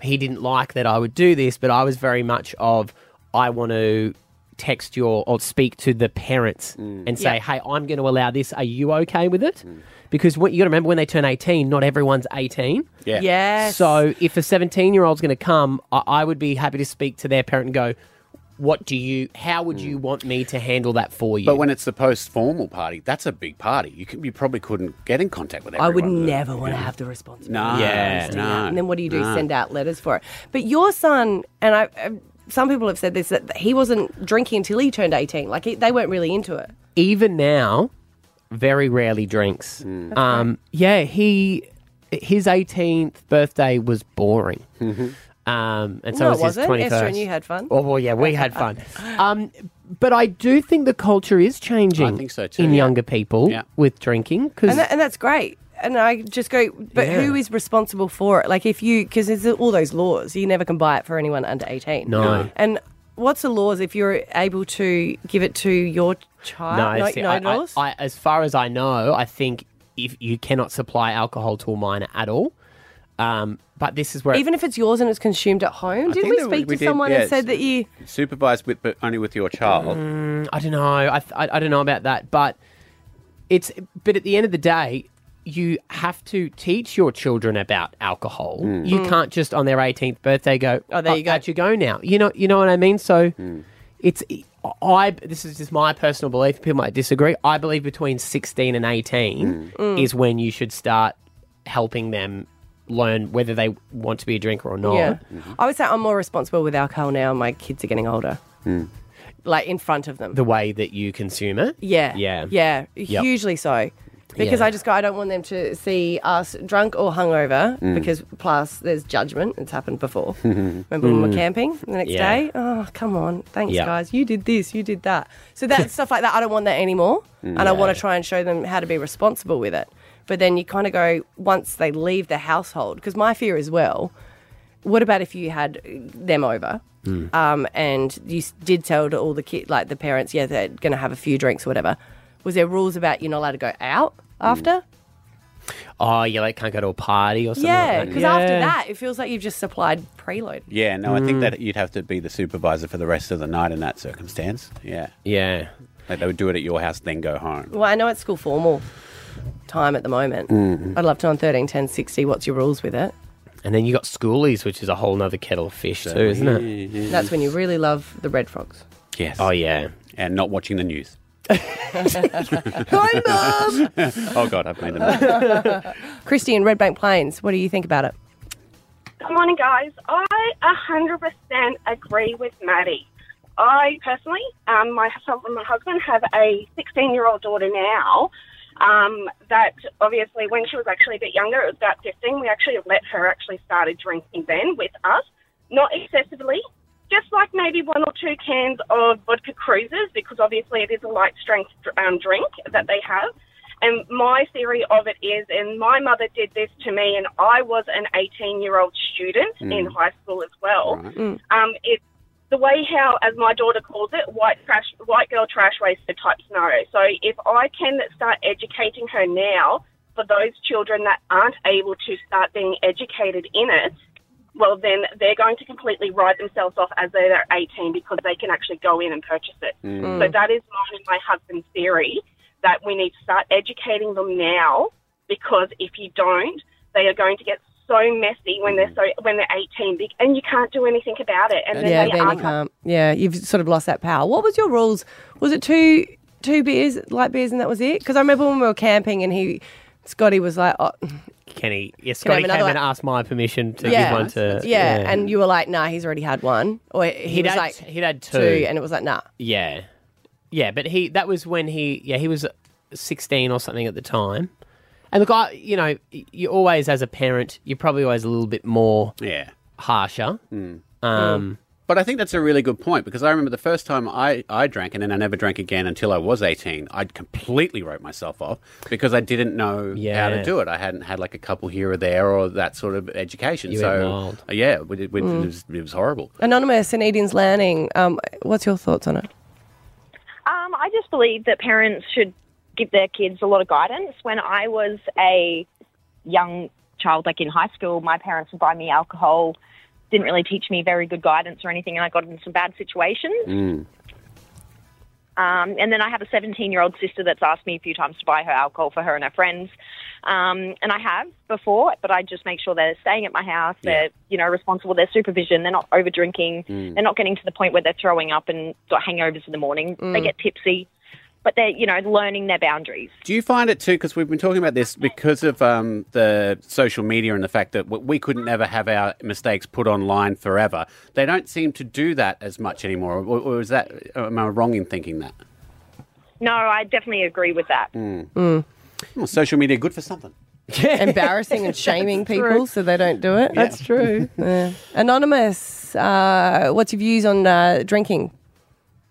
[SPEAKER 2] He didn't like that I would do this, but I was very much of I want to text your or speak to the parents and say, "Hey, I'm going to allow this. Are you okay with it?" Because what you got to remember when they turn 18, not everyone's 18.
[SPEAKER 5] yeah.
[SPEAKER 3] Yes.
[SPEAKER 2] So if a 17 year old's going to come, I-, I would be happy to speak to their parent and go, "What do you? How would
[SPEAKER 5] Mm.
[SPEAKER 2] you want me to handle that for you?"
[SPEAKER 5] But when it's the post formal party, that's a big party. You can, you probably couldn't get in contact with
[SPEAKER 3] I
[SPEAKER 5] everyone.
[SPEAKER 3] would never want to have the responsibility.
[SPEAKER 5] No.
[SPEAKER 2] Yeah,
[SPEAKER 5] No.
[SPEAKER 3] And then what do you do? Send out letters for it. But your son, and I, I, some people have said this, that he wasn't drinking until he turned 18. Like, he, they weren't really into it.
[SPEAKER 2] even now, very rarely drinks.
[SPEAKER 5] Mm.
[SPEAKER 2] Um, yeah, he his 18th birthday was
[SPEAKER 5] (laughs)
[SPEAKER 2] boring.
[SPEAKER 5] Mm-hmm.
[SPEAKER 2] Um, and so
[SPEAKER 3] no,
[SPEAKER 2] was
[SPEAKER 3] it wasn't.
[SPEAKER 2] his 21st.
[SPEAKER 3] Esther and you had fun.
[SPEAKER 2] Oh well, yeah, we
[SPEAKER 3] (laughs)
[SPEAKER 2] had fun. Um, but I do think the culture is changing.
[SPEAKER 5] I think so too,
[SPEAKER 2] in
[SPEAKER 5] yeah.
[SPEAKER 2] younger people
[SPEAKER 5] Yeah.
[SPEAKER 2] with drinking because
[SPEAKER 3] And, that, and that's great. and I just go, but who is responsible for it? Like, if you, because there's all those laws, you never can buy it for anyone under 18.
[SPEAKER 2] No.
[SPEAKER 3] And what's the laws if you're able to give it to your child?
[SPEAKER 2] no, see, I, I-
[SPEAKER 3] laws?
[SPEAKER 2] I- as far as I know, I think if you cannot supply alcohol to a minor at all. Um, but this is where
[SPEAKER 3] Even if it's yours and it's consumed at home, didn't
[SPEAKER 5] think
[SPEAKER 3] we
[SPEAKER 5] that
[SPEAKER 3] speak
[SPEAKER 5] we
[SPEAKER 3] to
[SPEAKER 5] did,
[SPEAKER 3] someone
[SPEAKER 5] yes.
[SPEAKER 3] and said that you?
[SPEAKER 5] Supervised with, but only with your child.
[SPEAKER 2] Mm, I don't know. I, th- I, I don't know about that, but it's. But at the end of the day, you have to teach your children about alcohol. You can't just on their 18th birthday go. Oh,
[SPEAKER 3] Mm. there you go."
[SPEAKER 2] Out you go now. You know. You know what I mean. So it's. I. This is just my personal belief. People might disagree. I believe between 16 and 18
[SPEAKER 3] Mm.
[SPEAKER 2] is when you should start helping them learn whether they want to be a drinker or not.
[SPEAKER 3] Yeah. I would say I'm more responsible with alcohol now. My kids are getting older. Like in front of them.
[SPEAKER 2] The way that you consume it.
[SPEAKER 3] Yeah.
[SPEAKER 2] Yeah.
[SPEAKER 3] Yeah.
[SPEAKER 2] Yep.
[SPEAKER 3] Usually so. Because
[SPEAKER 2] Yeah.
[SPEAKER 3] I just go, I don't want them to see us drunk or hungover
[SPEAKER 2] Mm.
[SPEAKER 3] because plus there's judgment. It's happened before. Remember when we were camping the next
[SPEAKER 2] Yeah.
[SPEAKER 3] day? Oh, come on. Thanks,
[SPEAKER 2] Yep.
[SPEAKER 3] guys. You did this, you did that. So that stuff like that, I don't want that anymore. And I want to try and show them how to be responsible with it. But then you kind of go, once they leave the household, because my fear as well, what about if you had them over um, and you s- did tell to all the kid, like the parents, yeah, they're going to have a few drinks or whatever. Was there rules about you're not allowed to go out after?
[SPEAKER 2] Oh, you like can't go to a party or something.
[SPEAKER 3] Yeah,
[SPEAKER 2] like that.
[SPEAKER 3] because after that, it feels like you've just supplied preload.
[SPEAKER 5] Yeah, no,
[SPEAKER 2] Mm.
[SPEAKER 5] I think that you'd have to be the supervisor for the rest of the night in that circumstance. Yeah.
[SPEAKER 2] Yeah.
[SPEAKER 5] Like they would do it at your house, then go home.
[SPEAKER 3] Well, I know it's school formal time at the moment.
[SPEAKER 2] Mm-hmm.
[SPEAKER 3] I'd love to on 13, 10, 60, what's your rules with it?
[SPEAKER 2] And then you got schoolies, which is a whole nother kettle of fish too, isn't it?
[SPEAKER 3] That's when you really love the Red
[SPEAKER 2] (laughs)
[SPEAKER 3] Frogs.
[SPEAKER 5] Yes.
[SPEAKER 2] Oh yeah.
[SPEAKER 5] And not watching
[SPEAKER 3] (laughs)
[SPEAKER 5] the news.
[SPEAKER 3] Hi, Mum!
[SPEAKER 5] (laughs) Oh, God, I've made them.
[SPEAKER 3] Christy in Red Bank Plains, what do you think about it?
[SPEAKER 9] Good morning, guys. I 100% agree with Maddie. I personally, um, myself and my husband have a 16 year old daughter now. Um, that obviously, when she was actually a bit younger, it was about 15, we actually let her actually started drinking then with us, not excessively, just like maybe one or two cans of vodka cruises, because obviously it is a light strength um, drink that they have. And my theory of it is, and my mother did this to me, and I was an 18 year old student in high school as well. Um, it's the way how, as my daughter calls it, white trash, white girl trash waster type scenario. So if I can start educating her now for those children that aren't able to start being educated in it, well, then they're going to completely write themselves off as though they're 18 because they can actually go in and purchase it. So that is mine and my husband's theory that we need to start educating them now because if you don't, they are going to get so messy when they're so when they're 18 big and you can't do anything about it and then
[SPEAKER 3] Yeah,
[SPEAKER 9] they
[SPEAKER 3] then
[SPEAKER 9] are
[SPEAKER 3] you can't. Yeah, you've sort of lost that power. What was your rules? Was it two two beers, light beers, and that was it? Because I remember when we were camping and he, Scotty was like, oh,
[SPEAKER 2] Kenny, yeah,
[SPEAKER 3] I have
[SPEAKER 2] Scotty came
[SPEAKER 3] another one?
[SPEAKER 2] and asked my permission to
[SPEAKER 3] yeah,
[SPEAKER 2] give one to.
[SPEAKER 3] yeah, and you were like, nah, he's already had one, or he
[SPEAKER 2] he'd
[SPEAKER 3] was
[SPEAKER 2] had,
[SPEAKER 3] like
[SPEAKER 2] he'd had two,
[SPEAKER 3] two, and it was like, nah,
[SPEAKER 2] yeah, yeah. But he that was when he yeah he was sixteen or something at the time. And look, I you know you always as a parent you're probably always a little bit more
[SPEAKER 5] yeah.
[SPEAKER 2] harsher.
[SPEAKER 5] Hmm.
[SPEAKER 3] Mm.
[SPEAKER 5] Mm.
[SPEAKER 2] Um,
[SPEAKER 5] But I think that's a really good point because I remember the first time I, I drank and then I never drank again until I was 18. I completely wrote myself off because I didn't know how
[SPEAKER 2] Yeah.
[SPEAKER 5] to do it. I hadn't had like a couple here or there or that sort of education.
[SPEAKER 2] You went
[SPEAKER 5] so, uh,
[SPEAKER 2] wild. Mm.
[SPEAKER 5] yeah, we did- we- it, was, it was horrible.
[SPEAKER 3] anonymous and Eden's Landing. Um, what's your thoughts on it?
[SPEAKER 10] Um, I just believe that parents should give their kids a lot of guidance. When I was a young child, like in high school, my parents would buy me alcohol, didn't really teach me very good guidance or anything, and I got in some bad situations. Um, and then I have a 17 year old sister that's asked me a few times to buy her alcohol for her and her friends. Um, and I have before, but I just make sure they're staying at my house. They're, you know, responsible, their supervision. They're not over drinking. They're not getting to the point where they're throwing up and got hangovers in the morning. They get tipsy, but they're, you know, learning their boundaries.
[SPEAKER 5] Do you find it too? Because we've been talking about this because of um, the social media and the fact that w- we couldn't ever have our mistakes put online forever. They don't seem to do that as much anymore. Or, or is that? Am I wrong in thinking that?
[SPEAKER 10] No, I definitely agree with that.
[SPEAKER 5] Well, Hmm. social media good for something.
[SPEAKER 3] Embarrassing
[SPEAKER 5] (laughs)
[SPEAKER 3] and shaming people so they don't do it. That's true. Anonymous, uh, what's your views on uh, drinking?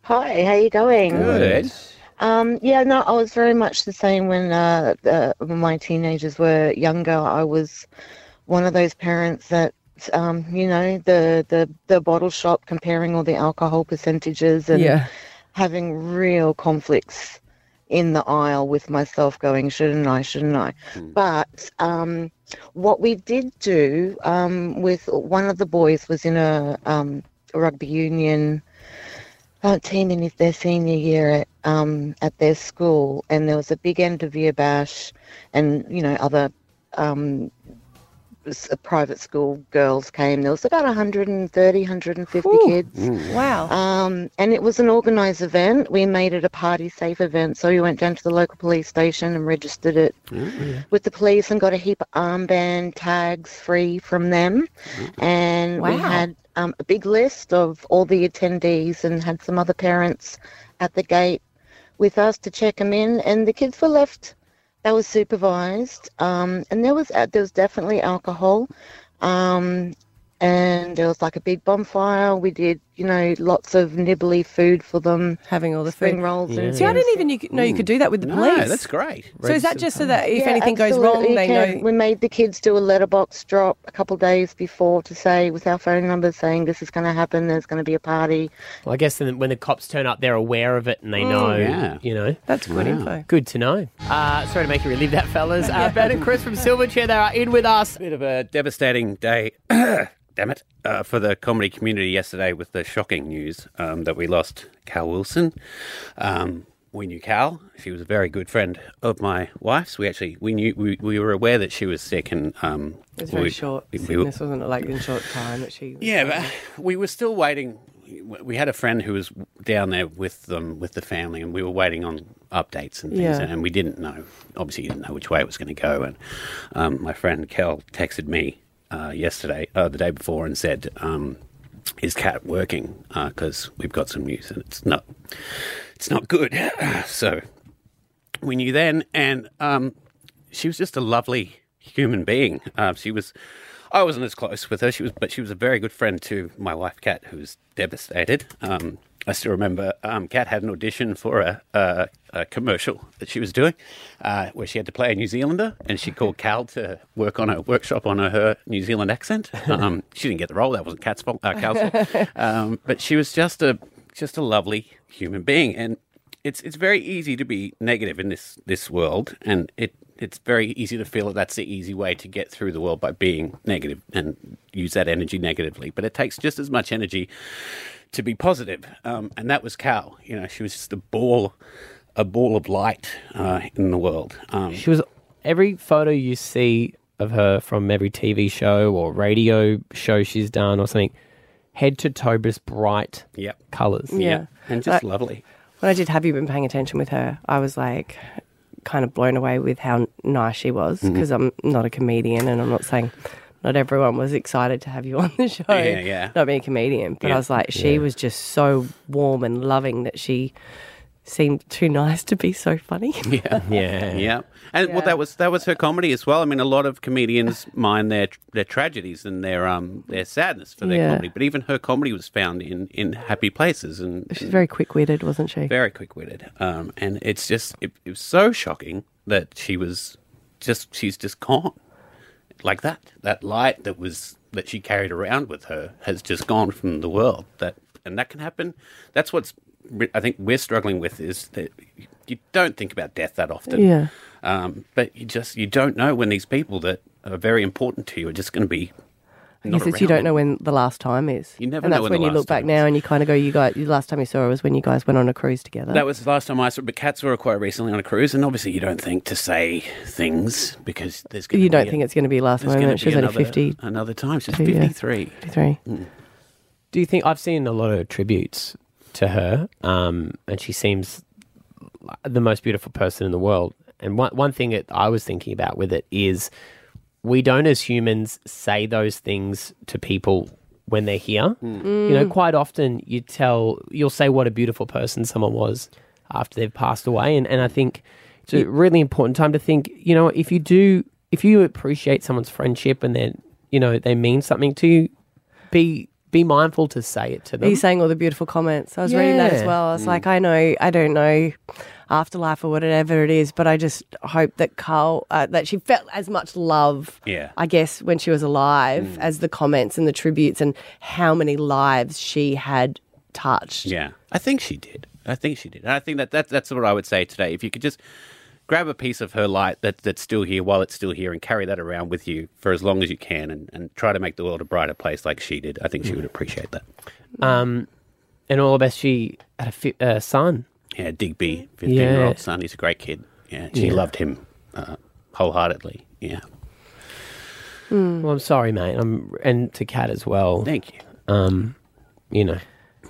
[SPEAKER 7] Hi, how you going?
[SPEAKER 5] Good.
[SPEAKER 7] Um, yeah, no, I was very much the same when uh, uh, when my teenagers were younger. I was one of those parents that, um, you know, the, the, the bottle shop comparing all the alcohol percentages and
[SPEAKER 3] Yeah.
[SPEAKER 7] having real conflicts in the aisle with myself going, shouldn't I, shouldn't I? But um, what we did do um, with one of the boys was in a um, rugby union uh, team in his- their senior year at, um, at their school, and there was a big end of year bash, and you know other um, s- private school girls came. There was about 130, 150 kids.
[SPEAKER 3] Wow.
[SPEAKER 7] Um, and it was an organised event. We made it a party safe event, so we went down to the local police station and registered it with the police and got a heap of armband tags free from them. And we
[SPEAKER 3] Wow.
[SPEAKER 7] had um, a big list of all the attendees and had some other parents at the gate with us to check them in. And the kids were left. They were supervised, um, and there was uh, there was definitely alcohol. Um, and there was like a big bonfire. We did, you know, lots of nibbly food for them,
[SPEAKER 3] Having all the
[SPEAKER 7] spring
[SPEAKER 3] food.
[SPEAKER 7] rolls. And
[SPEAKER 3] See, I didn't even you could- know you could do that with the police.
[SPEAKER 5] Mm. No, that's great.
[SPEAKER 3] So is that just so that if
[SPEAKER 7] Yeah,
[SPEAKER 3] anything goes
[SPEAKER 7] absolutely,
[SPEAKER 3] wrong,
[SPEAKER 7] you
[SPEAKER 3] they
[SPEAKER 7] can.
[SPEAKER 3] know?
[SPEAKER 7] We made the kids do a letterbox drop a couple days before to say with our phone numbers saying this is going to happen. There's going to be a party.
[SPEAKER 2] Well, I guess then when the cops turn up, they're aware of it and they know.
[SPEAKER 5] Yeah.
[SPEAKER 2] You know.
[SPEAKER 3] Mm. That's good info.
[SPEAKER 2] Good to know. Uh, sorry to make you relive that, fellas. Uh, ben and Chris from Silverchair, they are in with us.
[SPEAKER 5] Bit of a devastating day, (coughs) damn it, uh, for the comedy community yesterday with the shocking news um, that we lost Cal Wilson. Um, we knew Cal; she was a very good friend of my wife's. We actually we knew we, we were aware that she was sick, and um,
[SPEAKER 3] It was very
[SPEAKER 5] we-
[SPEAKER 3] short.
[SPEAKER 5] we- we-
[SPEAKER 3] Sickness wasn't it, like in short time that she.
[SPEAKER 5] yeah, but (sighs) we were still waiting. We had a friend who was down there with them, with the family, and we were waiting on updates and things,
[SPEAKER 3] Yeah.
[SPEAKER 5] and we didn't know. Obviously, you didn't know which way it was going to go. And um, my friend Kel texted me uh, yesterday, uh, the day before, and said, um, "Is Cat working? Because we've got some news, and it's not, it's not good." (laughs) so we knew then, and um, she was just a lovely human being. Um, she was, I wasn't as close with her. She was, but she was a very good friend to my wife, Kat, who's devastated. Um, I still remember um, Kat had an audition for a, a, a commercial that she was doing, uh, where she had to play a New Zealander, and she called Cal to work on a workshop on her, her New Zealand accent. Um, she didn't get the role; that wasn't Kat's fault, uh, Cal's fault. Um, but she was just a just a lovely human being, and it's it's very easy to be negative in this this world, and it it's very easy to feel that that's the easy way to get through the world by being negative and use that energy negatively. But it takes just as much energy to be positive, um, and that was Cal. You know, she was just a ball, a ball of light uh, in the world. Um,
[SPEAKER 2] She was every photo you see of her from every TV show or radio show she's done or something, head to toe, just bright
[SPEAKER 5] Yep.
[SPEAKER 2] colours.
[SPEAKER 3] Yeah.
[SPEAKER 5] and
[SPEAKER 3] Like-
[SPEAKER 5] just lovely.
[SPEAKER 3] When I did Have You Been Paying Attention with her, I was like kind of blown away with how nice she was
[SPEAKER 5] Mm-hmm.
[SPEAKER 3] because I'm not a comedian and I'm not saying not everyone was excited to have you on the show.
[SPEAKER 5] Yeah, yeah.
[SPEAKER 3] Not being a comedian, but I
[SPEAKER 5] Yeah.
[SPEAKER 3] was like, she was just so warm and loving that she seemed too nice to be so funny.
[SPEAKER 5] (laughs) Yeah,
[SPEAKER 2] Yeah.
[SPEAKER 5] yeah. And well, that was that was her comedy as well. I mean, a lot of comedians mind their their tragedies and their um their sadness for their
[SPEAKER 3] Yeah.
[SPEAKER 5] comedy, but even her comedy was found in in happy places and
[SPEAKER 3] She's very quick witted, wasn't she?
[SPEAKER 5] very quick witted. Um, and it's just it, it was so shocking that she was just she's just gone like that. That light that was that she carried around with her has just gone from the world. That and that can happen. That's what's re- I think we're struggling with is that you don't think about death that often.
[SPEAKER 3] Yeah.
[SPEAKER 5] Um, but you just you don't know when these people that are very important to you are just going to be.
[SPEAKER 3] I guess it's you don't know
[SPEAKER 5] when.
[SPEAKER 3] when the last time is.
[SPEAKER 5] You never
[SPEAKER 3] and
[SPEAKER 5] know
[SPEAKER 3] that's
[SPEAKER 5] when the
[SPEAKER 3] when you
[SPEAKER 5] last
[SPEAKER 3] look back
[SPEAKER 5] time
[SPEAKER 3] now
[SPEAKER 5] is.
[SPEAKER 3] and you kind of go, you guys, the last time you saw her was when you guys went on a cruise together.
[SPEAKER 5] That was the last time I saw. But cats were quite recently on a cruise, and obviously you don't think to say things because there's going
[SPEAKER 3] you don't think it's going to be last
[SPEAKER 5] there's gonna
[SPEAKER 3] moment.
[SPEAKER 5] be
[SPEAKER 3] She's only
[SPEAKER 5] another,
[SPEAKER 3] 50,
[SPEAKER 5] another time. She's
[SPEAKER 3] yeah.
[SPEAKER 5] fifty three.
[SPEAKER 3] 53.
[SPEAKER 2] Do you think I've seen a lot of tributes to her, um, and she seems like the most beautiful person in the world. And one one thing that I was thinking about with it is we don't as humans say those things to people when they're here. You know, quite often you tell you'll say what a beautiful person someone was after they've passed away. And and I think it's a really important time to think, you know, if you do if you appreciate someone's friendship and they're you know, they mean something to you, be be mindful to say it to them.
[SPEAKER 5] Mm.
[SPEAKER 3] He's saying all the beautiful comments. I was reading that as
[SPEAKER 2] Yeah.
[SPEAKER 3] well. I was like, I know, I don't know. afterlife or whatever it is. But I just hope that Carl, uh, that she felt as much love,
[SPEAKER 5] Yeah. Mm.
[SPEAKER 3] I guess, when she was alive as the comments and the tributes and how many lives she had touched.
[SPEAKER 5] Yeah, I think she did. I think she did. And I think that, that that's what I would say today. If you could just grab a piece of her light that, that's still here while it's still here and carry that around with you for as long as you can and, and try to make the world a brighter place like she did, I think
[SPEAKER 3] Mm.
[SPEAKER 5] she would appreciate that.
[SPEAKER 2] Um, and all the best, she had a fi- uh, son.
[SPEAKER 5] Yeah, Digby, 15 year old
[SPEAKER 2] Yeah.
[SPEAKER 5] son, he's a great kid. Yeah, she
[SPEAKER 2] Yeah.
[SPEAKER 5] loved him uh, wholeheartedly. Yeah.
[SPEAKER 3] Hmm.
[SPEAKER 2] Well, I'm sorry, mate. I'm and to Kat as well.
[SPEAKER 5] Thank you.
[SPEAKER 2] Um, you know,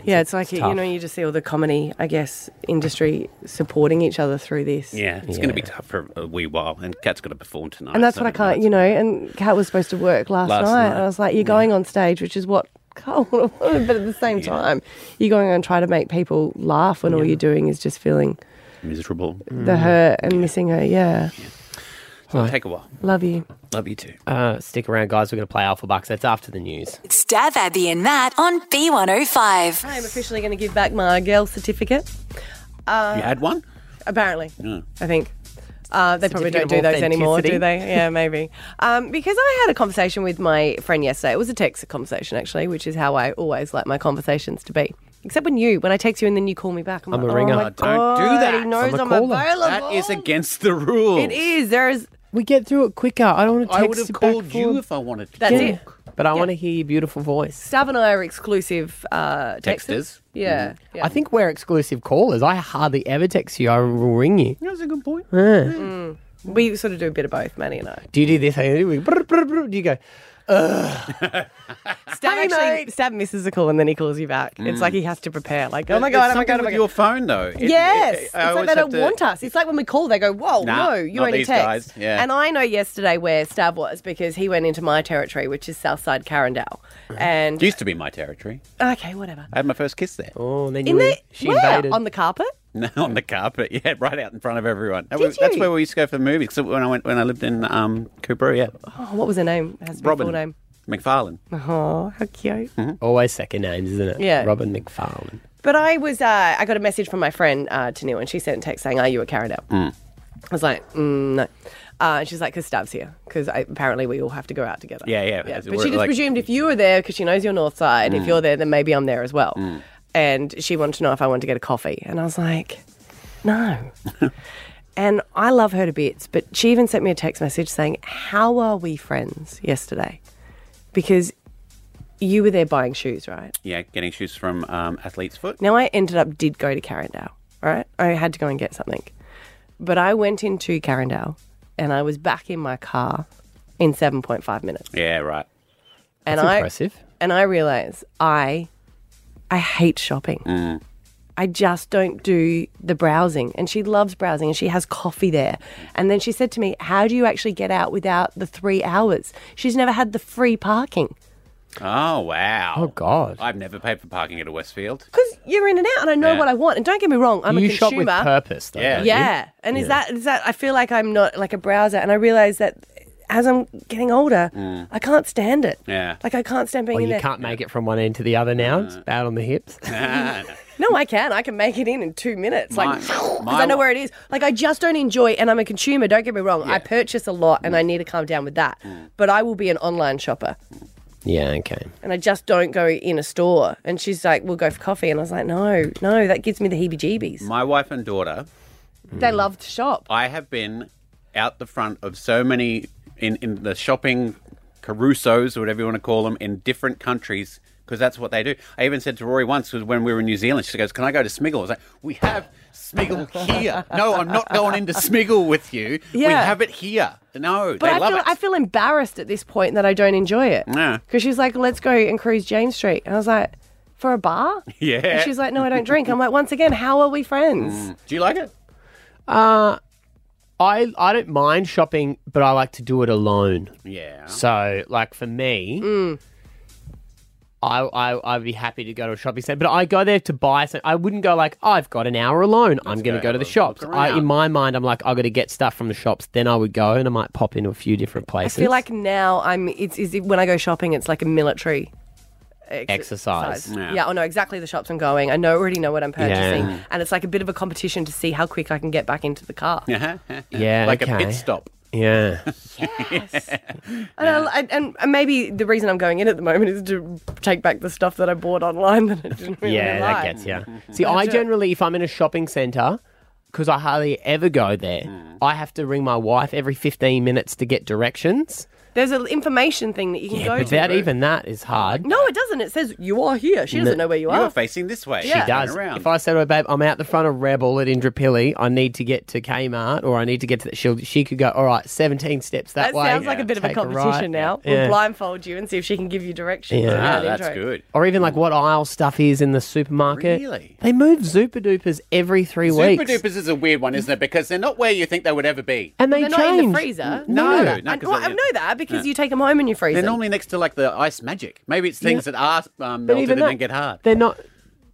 [SPEAKER 3] Yeah, it's like you
[SPEAKER 2] tough.
[SPEAKER 3] know, you just see all the comedy, I guess, industry supporting each other through this.
[SPEAKER 5] Yeah, it's going to be tough for a wee while. And Kat's going to perform tonight.
[SPEAKER 3] And that's
[SPEAKER 5] so
[SPEAKER 3] what I
[SPEAKER 5] don't know.
[SPEAKER 3] can't, you know. And Kat was supposed to work last,
[SPEAKER 5] Last
[SPEAKER 3] night,
[SPEAKER 5] night.
[SPEAKER 3] and I was like, "You're going on stage, which is what Carl would have (laughs) wanted, but at the same time, you're going on trying to make people laugh when all you're doing is just feeling
[SPEAKER 5] Miserable.
[SPEAKER 2] Mm.
[SPEAKER 3] the hurt and missing her." Yeah,
[SPEAKER 5] So it'll take a while.
[SPEAKER 3] love you.
[SPEAKER 5] Love you too.
[SPEAKER 2] uh, stick around, guys. We're going to play Alpha Bucks. That's after the news.
[SPEAKER 1] It's Dab, Abby, and Matt on B105.
[SPEAKER 3] I am officially going to give back my girl certificate.
[SPEAKER 5] you had one?
[SPEAKER 3] Uh, Apparently,
[SPEAKER 5] Yeah.
[SPEAKER 3] I think. Uh, they probably don't
[SPEAKER 2] Certificate
[SPEAKER 3] do
[SPEAKER 2] of
[SPEAKER 3] those anymore, do they?
[SPEAKER 2] authenticity.
[SPEAKER 3] Yeah, maybe. Um, because I had a conversation with my friend yesterday. It was a text conversation, actually, which is how I always like my conversations to be. Except when you, when I text you and then you call me back, I'm,
[SPEAKER 2] I'm
[SPEAKER 3] like,
[SPEAKER 2] a
[SPEAKER 3] oh
[SPEAKER 2] ringer.
[SPEAKER 3] my
[SPEAKER 2] Oh,
[SPEAKER 5] don't do
[SPEAKER 3] God,
[SPEAKER 5] that.
[SPEAKER 3] He knows
[SPEAKER 2] I'm
[SPEAKER 3] I'm,
[SPEAKER 2] a caller.
[SPEAKER 3] available.
[SPEAKER 5] That is against the rules.
[SPEAKER 3] It is. There is.
[SPEAKER 2] We get through it quicker. I don't want to
[SPEAKER 5] I
[SPEAKER 2] text
[SPEAKER 5] would have
[SPEAKER 2] you back
[SPEAKER 5] called
[SPEAKER 2] for-
[SPEAKER 5] you if I wanted to.
[SPEAKER 3] That's it.
[SPEAKER 2] but I want to hear your beautiful voice.
[SPEAKER 3] Stav and I are exclusive uh,
[SPEAKER 5] Texters. Mm.
[SPEAKER 3] texters. Yeah, yeah.
[SPEAKER 2] I think we're exclusive callers. I hardly ever text you. I will ring you.
[SPEAKER 5] That's a good point.
[SPEAKER 3] Mm. we sort of do a bit of both, Manny and I.
[SPEAKER 2] Do you do this? Hey, Do we- brr, brr, brr, do you go?
[SPEAKER 5] (laughs)
[SPEAKER 3] Stav
[SPEAKER 2] Hey,
[SPEAKER 3] actually,
[SPEAKER 2] mate.
[SPEAKER 3] Stav misses a call and then he calls you back. It's like
[SPEAKER 5] Mm.
[SPEAKER 3] he has to prepare. Like, oh my god, oh my god, oh my
[SPEAKER 5] with
[SPEAKER 3] god.
[SPEAKER 5] your phone though. It-
[SPEAKER 3] Yes,
[SPEAKER 5] it-
[SPEAKER 3] it's
[SPEAKER 5] I always
[SPEAKER 3] like they
[SPEAKER 5] have
[SPEAKER 3] don't
[SPEAKER 5] to-
[SPEAKER 3] want us. It's like when we call, they go, "Whoa,
[SPEAKER 5] Nah,
[SPEAKER 3] no, you
[SPEAKER 5] not
[SPEAKER 3] only
[SPEAKER 5] these
[SPEAKER 3] text."
[SPEAKER 5] guys. Yeah.
[SPEAKER 3] And I know yesterday where Stav was because he went into my territory, which is Southside Carindale,
[SPEAKER 5] Mm.
[SPEAKER 3] and
[SPEAKER 5] It used to be my territory.
[SPEAKER 3] okay, whatever.
[SPEAKER 5] I had my first kiss there.
[SPEAKER 2] Oh, and then you
[SPEAKER 3] In the
[SPEAKER 2] in- she
[SPEAKER 3] where?
[SPEAKER 2] invaded.
[SPEAKER 3] on the carpet.
[SPEAKER 5] (laughs) No, on the carpet. Yeah, (laughs) right out in front of everyone. That
[SPEAKER 3] Did
[SPEAKER 5] was- That's
[SPEAKER 3] you?
[SPEAKER 5] where we used to go for the movies. 'cause when I went when I lived in um, Cooper, yeah,
[SPEAKER 3] Oh, what was her name? It has to be
[SPEAKER 5] Robin
[SPEAKER 3] full name.
[SPEAKER 5] McFarlane.
[SPEAKER 3] Oh, how cute.
[SPEAKER 5] Mm-hmm.
[SPEAKER 2] Always second names, isn't it?
[SPEAKER 3] Yeah.
[SPEAKER 2] Robin McFarlane.
[SPEAKER 3] But I was, uh, I got a message from my friend uh, Tanil, and she sent a text saying, "Are you at Carindale?" I was like, mm, "No." Uh, and she's like, "Cause Stav's here, because apparently we all have to go out together."
[SPEAKER 5] Yeah, yeah.
[SPEAKER 3] But
[SPEAKER 5] As
[SPEAKER 3] she
[SPEAKER 5] we're,
[SPEAKER 3] just
[SPEAKER 5] like- Mm.
[SPEAKER 3] presumed if you were there, because she knows you're North Side, if you're there, then maybe I'm there as well. And she wanted to know if I wanted to get a coffee, and I was like, "No." and I love her to bits, but she even sent me a text message saying, "How are we friends?" Yesterday, because you were there buying shoes, right?
[SPEAKER 5] Yeah, getting shoes from um, Athlete's Foot.
[SPEAKER 3] Now I ended up did go to Carindale, all right? I had to go and get something. But I went into Carindale and I was back in my car in 7.5 minutes.
[SPEAKER 5] Yeah, right.
[SPEAKER 3] and
[SPEAKER 2] That's
[SPEAKER 3] I
[SPEAKER 2] impressive.
[SPEAKER 3] and I realized I I hate shopping.
[SPEAKER 5] Mm.
[SPEAKER 3] I just don't do the browsing. And she loves browsing and she has coffee there. And then she said to me, "How do you actually get out without the 3 hours?" She's never had the free parking.
[SPEAKER 5] Oh wow.
[SPEAKER 2] Oh God.
[SPEAKER 5] I've never paid for parking at a Westfield.
[SPEAKER 3] Cuz you're in and out and I know
[SPEAKER 5] Yeah.
[SPEAKER 3] what I want. And don't get me wrong, I'm
[SPEAKER 2] you
[SPEAKER 3] a consumer.
[SPEAKER 2] shop with purpose, though.
[SPEAKER 5] Yeah.
[SPEAKER 2] don't you?
[SPEAKER 3] Yeah. And is that is that I feel like I'm not like a browser and I realize that as I'm getting older, I can't stand it.
[SPEAKER 5] mm. Yeah. Mm.
[SPEAKER 3] Like I can't stand being
[SPEAKER 2] Well,
[SPEAKER 3] in
[SPEAKER 2] you
[SPEAKER 3] there.
[SPEAKER 2] can't make it from one end to the other now. It's bad on the
[SPEAKER 5] (laughs)
[SPEAKER 2] hips. (laughs)
[SPEAKER 5] Ah, no.
[SPEAKER 3] No, I can. I can make it in in 2 minutes.
[SPEAKER 5] My-
[SPEAKER 3] (laughs) Like cuz
[SPEAKER 5] my
[SPEAKER 3] I know
[SPEAKER 5] wa-
[SPEAKER 3] where it is. Like I just don't enjoy and I'm a consumer, don't get me wrong.
[SPEAKER 5] Yeah.
[SPEAKER 3] I purchase a lot and I need to calm down with that. But I will be an online shopper
[SPEAKER 2] yeah. Okay.
[SPEAKER 3] and I just don't go in a store. And she's like, "We'll go for coffee." And I was like, "No, no, that gives me the heebie-jeebies."
[SPEAKER 5] My wife and daughter
[SPEAKER 3] They love to shop.
[SPEAKER 5] I have been out the front of so many in, in the shopping carusos or whatever you want to call them in different countries because that's what they do. I even said to Rory once 'cause when we were in New Zealand, she goes, "Can I go to Smiggle?" I was like, "We have Smiggle here. No, I'm not going into Smiggle with you. We
[SPEAKER 3] Yeah.
[SPEAKER 5] have it here. No,
[SPEAKER 3] But
[SPEAKER 5] they
[SPEAKER 3] I
[SPEAKER 5] love
[SPEAKER 3] feel,
[SPEAKER 5] it.
[SPEAKER 3] I feel embarrassed at this point that I don't enjoy it.
[SPEAKER 5] Yeah.
[SPEAKER 3] Because she's like, let's go and cruise Jane Street. And I was like, for a bar?
[SPEAKER 5] Yeah.
[SPEAKER 3] And she's like, no, I don't drink. I'm like, once again, how are we friends?
[SPEAKER 2] Mm.
[SPEAKER 5] Mm. do you like it?
[SPEAKER 2] Uh, I I don't mind shopping, but I like to do it alone.
[SPEAKER 5] Yeah.
[SPEAKER 2] So, like for me, I, I I'd be happy to go to a shopping centre, but I go there to buy something. I wouldn't go like "Oh, I've got an hour alone. I'm going to
[SPEAKER 5] go
[SPEAKER 2] go to the
[SPEAKER 5] look-
[SPEAKER 2] shops.
[SPEAKER 5] look
[SPEAKER 2] I,
[SPEAKER 5] around.
[SPEAKER 2] in my mind, I'm like I've got to get stuff from the shops. Then I would go and I might pop into a few different
[SPEAKER 3] I
[SPEAKER 2] places.
[SPEAKER 3] feel like now I'm, it's, is it, when I go shopping, it's like a military ex-
[SPEAKER 2] Exercise.
[SPEAKER 3] Yeah.
[SPEAKER 2] Yeah.
[SPEAKER 3] I know exactly the shops I'm going. I know already know what I'm purchasing,
[SPEAKER 2] Yeah.
[SPEAKER 3] and it's like a bit of a competition to see how quick I can get back into the car.
[SPEAKER 5] (laughs) Yeah.
[SPEAKER 2] Yeah,
[SPEAKER 5] like a
[SPEAKER 2] okay.
[SPEAKER 5] pit stop.
[SPEAKER 2] Yeah.
[SPEAKER 5] (laughs)
[SPEAKER 3] And, I, and- and and maybe the reason I'm going in at the moment is to take back the stuff that I bought online (laughs) that I didn't really
[SPEAKER 2] yeah,
[SPEAKER 3] like.
[SPEAKER 2] that
[SPEAKER 3] (laughs)
[SPEAKER 2] gets yeah. See, I generally, if I'm in a shopping centre, because I hardly ever go there,
[SPEAKER 3] Mm.
[SPEAKER 2] I have to ring my wife every 15 minutes to get directions.
[SPEAKER 3] There's an information thing that you can go to.
[SPEAKER 2] Without even that is hard.
[SPEAKER 3] No, it doesn't. It says you are here. She doesn't
[SPEAKER 2] No.
[SPEAKER 3] know where you
[SPEAKER 5] You are
[SPEAKER 3] are.
[SPEAKER 5] facing this way.
[SPEAKER 3] Yeah.
[SPEAKER 2] She does.
[SPEAKER 5] Around.
[SPEAKER 2] If I say to her, babe, I'm out the front of Rebel at Indrapilli, I need to get to Kmart or I need to get to that, she'll, she could go, all right, 17 steps that,
[SPEAKER 3] That
[SPEAKER 2] way.
[SPEAKER 3] sounds like a bit of a
[SPEAKER 2] take right."
[SPEAKER 3] competition now.
[SPEAKER 2] Yeah.
[SPEAKER 3] We'll blindfold you and see if she can give you directions.
[SPEAKER 2] Yeah.
[SPEAKER 3] on
[SPEAKER 5] ah,
[SPEAKER 3] that
[SPEAKER 5] that's
[SPEAKER 3] intro.
[SPEAKER 5] good.
[SPEAKER 2] Or even like what aisle stuff is in the supermarket.
[SPEAKER 5] Really?
[SPEAKER 2] They move Zuper Duper's every three
[SPEAKER 5] Super
[SPEAKER 2] weeks.
[SPEAKER 5] Duper's is a weird one, isn't it? Because they're not where you think they would ever be.
[SPEAKER 2] And they
[SPEAKER 3] They're
[SPEAKER 2] change.
[SPEAKER 3] not in the
[SPEAKER 2] Mm.
[SPEAKER 3] freezer.
[SPEAKER 5] No, no,
[SPEAKER 3] I,
[SPEAKER 5] 'cause
[SPEAKER 3] well, I
[SPEAKER 5] they're-
[SPEAKER 3] know that because you take them home and you freeze
[SPEAKER 5] They're
[SPEAKER 3] them.
[SPEAKER 5] normally next to like the ice magic. Maybe it's things that are um,
[SPEAKER 2] But
[SPEAKER 5] melted
[SPEAKER 2] even
[SPEAKER 5] and
[SPEAKER 2] that,
[SPEAKER 5] then get hard.
[SPEAKER 2] They're not.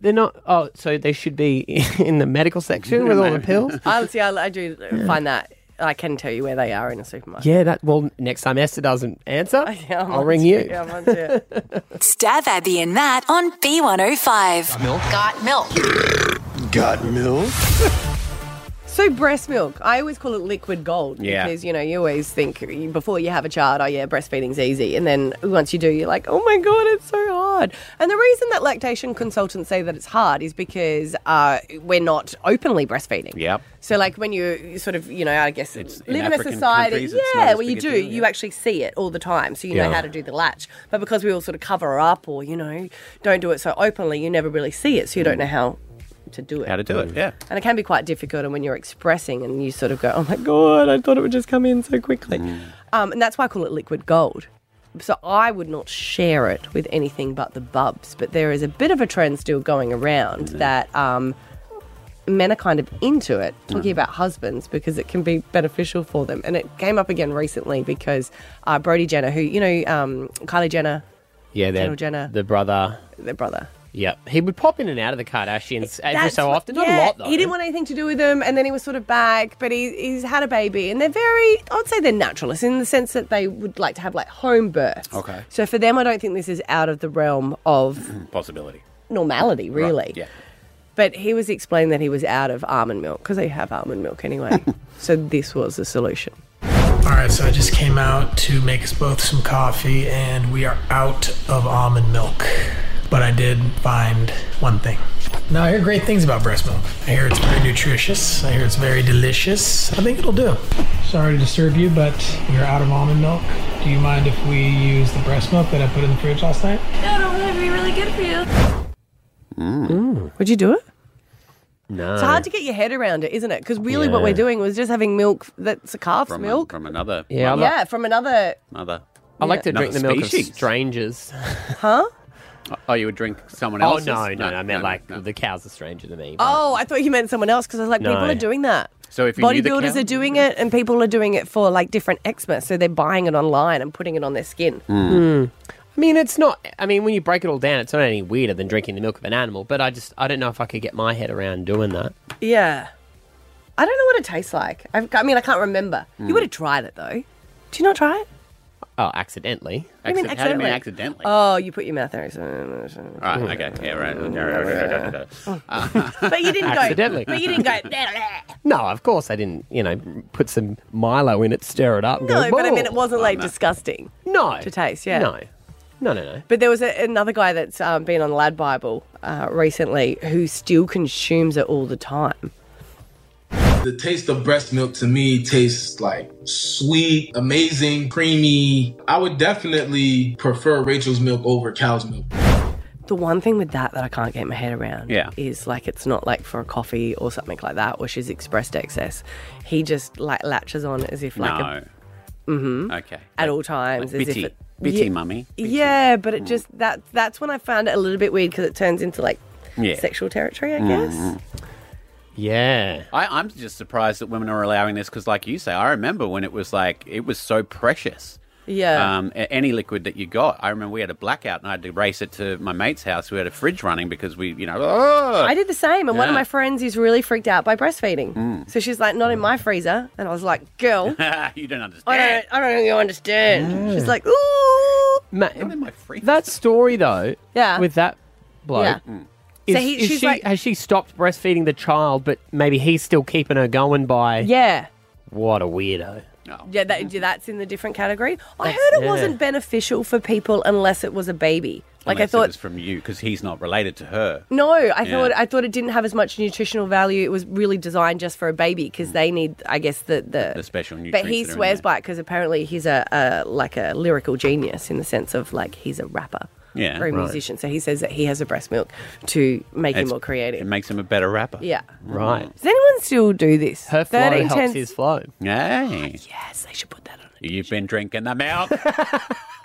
[SPEAKER 2] They're not. Oh, so they should be (laughs) in the medical section with all the pills.
[SPEAKER 3] (laughs) I see. I, I do find that I can tell you where they are in a supermarket.
[SPEAKER 2] Yeah, that. Well, next time Esther doesn't
[SPEAKER 3] (laughs)
[SPEAKER 2] answer,
[SPEAKER 3] Yeah, I'm
[SPEAKER 2] I'll
[SPEAKER 3] on
[SPEAKER 2] ring
[SPEAKER 3] to
[SPEAKER 2] you.
[SPEAKER 3] it. Yeah, I'm on to it.
[SPEAKER 1] (laughs) Stab Abby and Matt on B105.
[SPEAKER 11] Got milk.
[SPEAKER 3] so breast milk, I always call it liquid gold
[SPEAKER 5] Yeah.
[SPEAKER 3] because you know you always think before you have a child, oh yeah, breastfeeding's easy, and then once you do, you're like, oh my god, it's so hard. And the reason that lactation consultants say that it's hard is because uh, we're not openly breastfeeding.
[SPEAKER 5] Yep.
[SPEAKER 3] So like when you sort of, you know, I guess
[SPEAKER 5] It's- in
[SPEAKER 3] live in, a
[SPEAKER 5] African
[SPEAKER 3] society,
[SPEAKER 5] countries, it's not
[SPEAKER 3] yeah,
[SPEAKER 5] as
[SPEAKER 3] well
[SPEAKER 5] big
[SPEAKER 3] you
[SPEAKER 5] a
[SPEAKER 3] do,
[SPEAKER 5] deal,
[SPEAKER 3] you
[SPEAKER 5] yeah.
[SPEAKER 3] actually see it all the time, so you know
[SPEAKER 2] Yeah.
[SPEAKER 3] how to do the latch. But because we all sort of cover up or you know don't do it so openly, you never really see it, so you don't know how to do it.
[SPEAKER 5] How to do it? Yeah.
[SPEAKER 3] And it can be quite difficult. And when you're expressing and you sort of go, oh my God, I thought it would just come in so quickly. Um, and that's why I call it liquid gold. So I would not share it with anything but the bubs. But there is a bit of a trend still going around
[SPEAKER 5] Mm.
[SPEAKER 3] that um, men are kind of into it,
[SPEAKER 5] Mm.
[SPEAKER 3] talking about husbands because it can be beneficial for them. And it came up again recently because uh, Brody Jenner, who, you know, um, Kylie Jenner,
[SPEAKER 2] Yeah,
[SPEAKER 3] Kendall Jenner.
[SPEAKER 2] the brother.
[SPEAKER 3] their brother.
[SPEAKER 2] Yep, he would pop in and out of the Kardashians every
[SPEAKER 3] That's
[SPEAKER 2] so
[SPEAKER 3] what-
[SPEAKER 2] often. Not
[SPEAKER 3] yeah,
[SPEAKER 2] a lot though.
[SPEAKER 3] He didn't want anything to do with them, and then he was sort of back. But he, he's had a baby, and they're very, I'd say they're naturalists in the sense that they would like to have like home births.
[SPEAKER 5] Okay.
[SPEAKER 3] So for them, I don't think this is out of the realm of
[SPEAKER 5] (clears throat) Possibility.
[SPEAKER 3] normality, really.
[SPEAKER 5] Yeah.
[SPEAKER 3] But he was explaining that he was out of almond milk because they have almond milk
[SPEAKER 5] (laughs)
[SPEAKER 3] anyway. so this was the solution.
[SPEAKER 12] All right, so I just came out to make us both some coffee, and we are out of almond milk. But I did find one thing. Now, I hear great things about breast milk. I hear it's very nutritious. I hear it's very delicious. I think it'll do. Sorry to disturb you, but you're out of almond milk. Do you mind if we use the breast milk that I put in the fridge last night?
[SPEAKER 3] Mm. Would you do it?
[SPEAKER 2] No.
[SPEAKER 3] It's hard to get your head around it, isn't it? Because really, what
[SPEAKER 2] Yeah.
[SPEAKER 3] we're doing was just having milk that's a calf's
[SPEAKER 5] From, a-
[SPEAKER 3] milk.
[SPEAKER 5] from another.
[SPEAKER 2] Yeah, I like,
[SPEAKER 3] yeah, from another.
[SPEAKER 5] Mother.
[SPEAKER 2] I like to drink the
[SPEAKER 5] Another
[SPEAKER 2] milk
[SPEAKER 5] species.
[SPEAKER 2] of strangers.
[SPEAKER 5] (laughs) Oh, you would drink someone
[SPEAKER 2] Oh
[SPEAKER 5] else's?
[SPEAKER 2] no, no, no, I meant like
[SPEAKER 5] no.
[SPEAKER 2] the cows are stranger to me.
[SPEAKER 3] Oh, I thought you meant someone else because I was like,
[SPEAKER 2] No.
[SPEAKER 3] people are doing that.
[SPEAKER 5] So if you knew the
[SPEAKER 3] Bodybuilders
[SPEAKER 5] cow-
[SPEAKER 3] are doing it, and people are doing it for like different eczema. So they're buying it online and putting it on their skin.
[SPEAKER 2] Hmm. I mean, it's not. I mean, when you break it all down, it's not any weirder than drinking the milk of an animal. But I just, I don't know if I could get my head around doing that.
[SPEAKER 3] Yeah. I don't know what it tastes like. I've, I mean, I can't remember.
[SPEAKER 2] Hmm.
[SPEAKER 3] You would have tried it though. Do you not try it?
[SPEAKER 2] Oh, accidentally.
[SPEAKER 5] Acci-
[SPEAKER 3] mean
[SPEAKER 5] How do you mean
[SPEAKER 3] accidentally?
[SPEAKER 5] accidentally?
[SPEAKER 3] Oh, you put your mouth there. So-
[SPEAKER 5] right, okay. Yeah, right.
[SPEAKER 3] But you didn't go.
[SPEAKER 2] Accidentally.
[SPEAKER 3] But you didn't go.
[SPEAKER 2] (laughs) No, of course I didn't. You know, put some Milo in it, stir it up. And
[SPEAKER 3] No,
[SPEAKER 2] go,
[SPEAKER 3] but I mean, it
[SPEAKER 2] "Whoa."
[SPEAKER 3] wasn't like disgusting.
[SPEAKER 2] no
[SPEAKER 3] to taste, yeah.
[SPEAKER 2] No, no, no, no.
[SPEAKER 3] But there was a, another guy that's um, been on Lad Bible uh, recently who still consumes it all the time.
[SPEAKER 12] The taste of breast milk to me tastes like sweet, amazing, creamy. I would definitely prefer Rachel's milk over cow's milk.
[SPEAKER 3] The one thing with that that I can't get my head around
[SPEAKER 5] Yeah.
[SPEAKER 3] is like it's not like for a coffee or something like that where she's expressed excess. He just like latches on as if like a,
[SPEAKER 5] No. Mm-hmm. Okay.
[SPEAKER 3] at all times as
[SPEAKER 5] Bitty.
[SPEAKER 3] if it,
[SPEAKER 5] Bitty, Mm.
[SPEAKER 3] Yeah.
[SPEAKER 5] mummy.
[SPEAKER 3] Yeah, but it just that that's when I found it a little bit weird because it turns into like
[SPEAKER 5] Yeah. Mm-hmm.
[SPEAKER 3] sexual territory, I guess.
[SPEAKER 2] Yeah.
[SPEAKER 5] I, I'm just surprised that women are allowing this because, like you say, I remember when it was like it was so precious.
[SPEAKER 3] Yeah.
[SPEAKER 5] Um, a- any liquid that you got, I remember we had a blackout and I had to race it to my mate's house. We had a fridge running because we, you know, oh,
[SPEAKER 3] I did the same, and one of
[SPEAKER 5] Yeah. Mm.
[SPEAKER 3] my friends is really freaked out by breastfeeding. So she's like, "Not in my freezer,"
[SPEAKER 5] (laughs)
[SPEAKER 3] and I was like, "Girl,
[SPEAKER 5] you don't
[SPEAKER 3] I
[SPEAKER 5] understand.
[SPEAKER 3] don't, I don't think you understand." She's like, "Ooh,
[SPEAKER 2] Ma- that story though,
[SPEAKER 3] Yeah.
[SPEAKER 2] with that bloke,
[SPEAKER 3] Yeah.
[SPEAKER 2] yeah.
[SPEAKER 3] Mm.
[SPEAKER 2] is,
[SPEAKER 3] So he-
[SPEAKER 2] is
[SPEAKER 3] she's
[SPEAKER 2] she
[SPEAKER 3] like-
[SPEAKER 2] has she stopped breastfeeding the child, but maybe he's still keeping her going by?
[SPEAKER 3] Yeah.
[SPEAKER 2] What a weirdo.
[SPEAKER 3] Yeah, that, that's in the different category. I heard it
[SPEAKER 5] yeah.
[SPEAKER 3] wasn't beneficial for people unless it was a baby. Like I
[SPEAKER 5] Unless it
[SPEAKER 3] thought,
[SPEAKER 5] was from you because he's not related to her.
[SPEAKER 3] No, I
[SPEAKER 5] Yeah.
[SPEAKER 3] thought I thought it didn't have as much nutritional value. It was really designed just for a baby
[SPEAKER 5] Mm.
[SPEAKER 3] because they need, I guess, the the,
[SPEAKER 5] The special nutrients
[SPEAKER 3] But he
[SPEAKER 5] that are in
[SPEAKER 3] swears by it because apparently he's a, a like a lyrical genius in the sense of like he's a rapper,
[SPEAKER 5] Yeah,
[SPEAKER 3] or a
[SPEAKER 5] right.
[SPEAKER 3] musician. So he says that he has a breast milk to make him
[SPEAKER 5] It's-
[SPEAKER 3] more creative.
[SPEAKER 5] It makes him a better rapper.
[SPEAKER 3] Yeah.
[SPEAKER 5] Right.
[SPEAKER 3] Does anyone still do this? Her
[SPEAKER 5] flow helps
[SPEAKER 2] his flow.
[SPEAKER 5] Hey.
[SPEAKER 3] Oh, Yes, they should put that on.
[SPEAKER 5] You've been drinking the milk.
[SPEAKER 3] (laughs)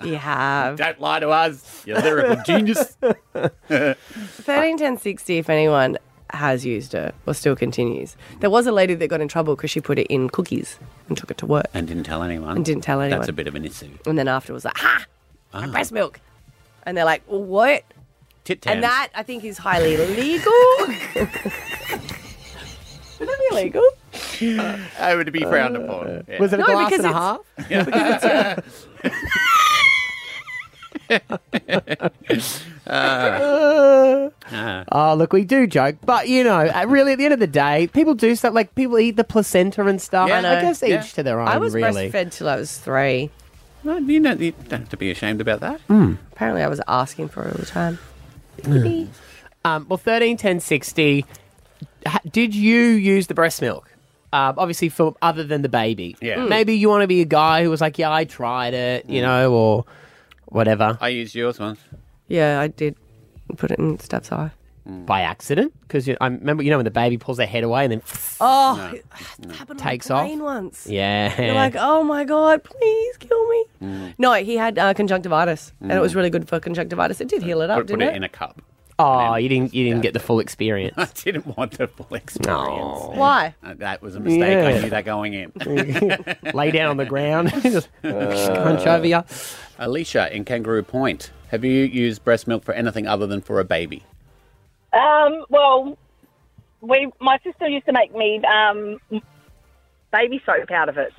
[SPEAKER 3] You have.
[SPEAKER 5] Don't lie to us. You're a
[SPEAKER 3] (laughs)
[SPEAKER 5] lyrical genius.
[SPEAKER 3] Thirteen ten sixty. If anyone has used it or still continues, there was a lady that got in trouble because she put it in cookies and took it to work.
[SPEAKER 5] and didn't tell anyone.
[SPEAKER 3] And didn't tell anyone.
[SPEAKER 5] That's a bit of an issue.
[SPEAKER 3] And then afterwards, like, ha, my
[SPEAKER 5] Ah.
[SPEAKER 3] breast milk. And they're like, well, what?
[SPEAKER 5] Tit tams.
[SPEAKER 3] And that, I think, is highly
[SPEAKER 5] (laughs)
[SPEAKER 3] illegal. Would that be illegal?
[SPEAKER 5] I Oh, would be
[SPEAKER 3] Uh,
[SPEAKER 5] frowned upon. Yeah.
[SPEAKER 3] No, because it's- (laughs)
[SPEAKER 5] (laughs) (laughs)
[SPEAKER 2] (laughs) Uh, oh, look, we do joke, but you know, uh, really, at the end of the day, people do stuff like people eat the placenta and stuff.
[SPEAKER 3] Yeah, I know.
[SPEAKER 2] guess
[SPEAKER 3] Yeah.
[SPEAKER 2] each to their own.
[SPEAKER 3] I was
[SPEAKER 2] really.
[SPEAKER 3] breastfed till I was three.
[SPEAKER 5] No, you don't, you don't have to be ashamed about that.
[SPEAKER 3] Apparently, I was asking for it all the time.
[SPEAKER 2] Um, well, thirteen ten sixty. ha- Did you use the breast milk? Um, obviously, for other than the baby.
[SPEAKER 5] Yeah. Hmm. Mm.
[SPEAKER 2] Maybe you want to be a guy who was like, "Yeah, I tried it," you know, or whatever.
[SPEAKER 5] I used yours once.
[SPEAKER 3] Yeah, I did put it in Stab's eye.
[SPEAKER 2] By accident, because I remember, you know, when the baby pulls their head away and then
[SPEAKER 3] Oh, (sighs)
[SPEAKER 2] No,
[SPEAKER 3] it happened
[SPEAKER 2] takes
[SPEAKER 3] on my
[SPEAKER 2] off.
[SPEAKER 3] brain once.
[SPEAKER 5] Eh.
[SPEAKER 2] Yeah.
[SPEAKER 3] You're like, oh my God, please kill me.
[SPEAKER 5] Mm.
[SPEAKER 3] No, he had uh, conjunctivitis, and it was
[SPEAKER 2] Mm.
[SPEAKER 3] really good for conjunctivitis. It did heal it up,
[SPEAKER 5] Put,
[SPEAKER 3] didn't
[SPEAKER 5] Hmm. put it in a cup.
[SPEAKER 2] Oh, you didn't you didn't get
[SPEAKER 5] (laughs)
[SPEAKER 2] the full experience.
[SPEAKER 5] I didn't want the full experience.
[SPEAKER 3] Why?
[SPEAKER 5] Uh,
[SPEAKER 3] (laughs)
[SPEAKER 5] That was a mistake.
[SPEAKER 2] Yeah.
[SPEAKER 5] I knew that going in.
[SPEAKER 2] (laughs) Lay down on the ground, (laughs) just
[SPEAKER 5] Uh, (laughs)
[SPEAKER 2] crunch over you.
[SPEAKER 5] Alicia in Kangaroo Point, have you used breast milk for anything other than for a baby?
[SPEAKER 11] Um, well, we my sister used to make me um, baby soap out of
[SPEAKER 5] (gasps)
[SPEAKER 11] it.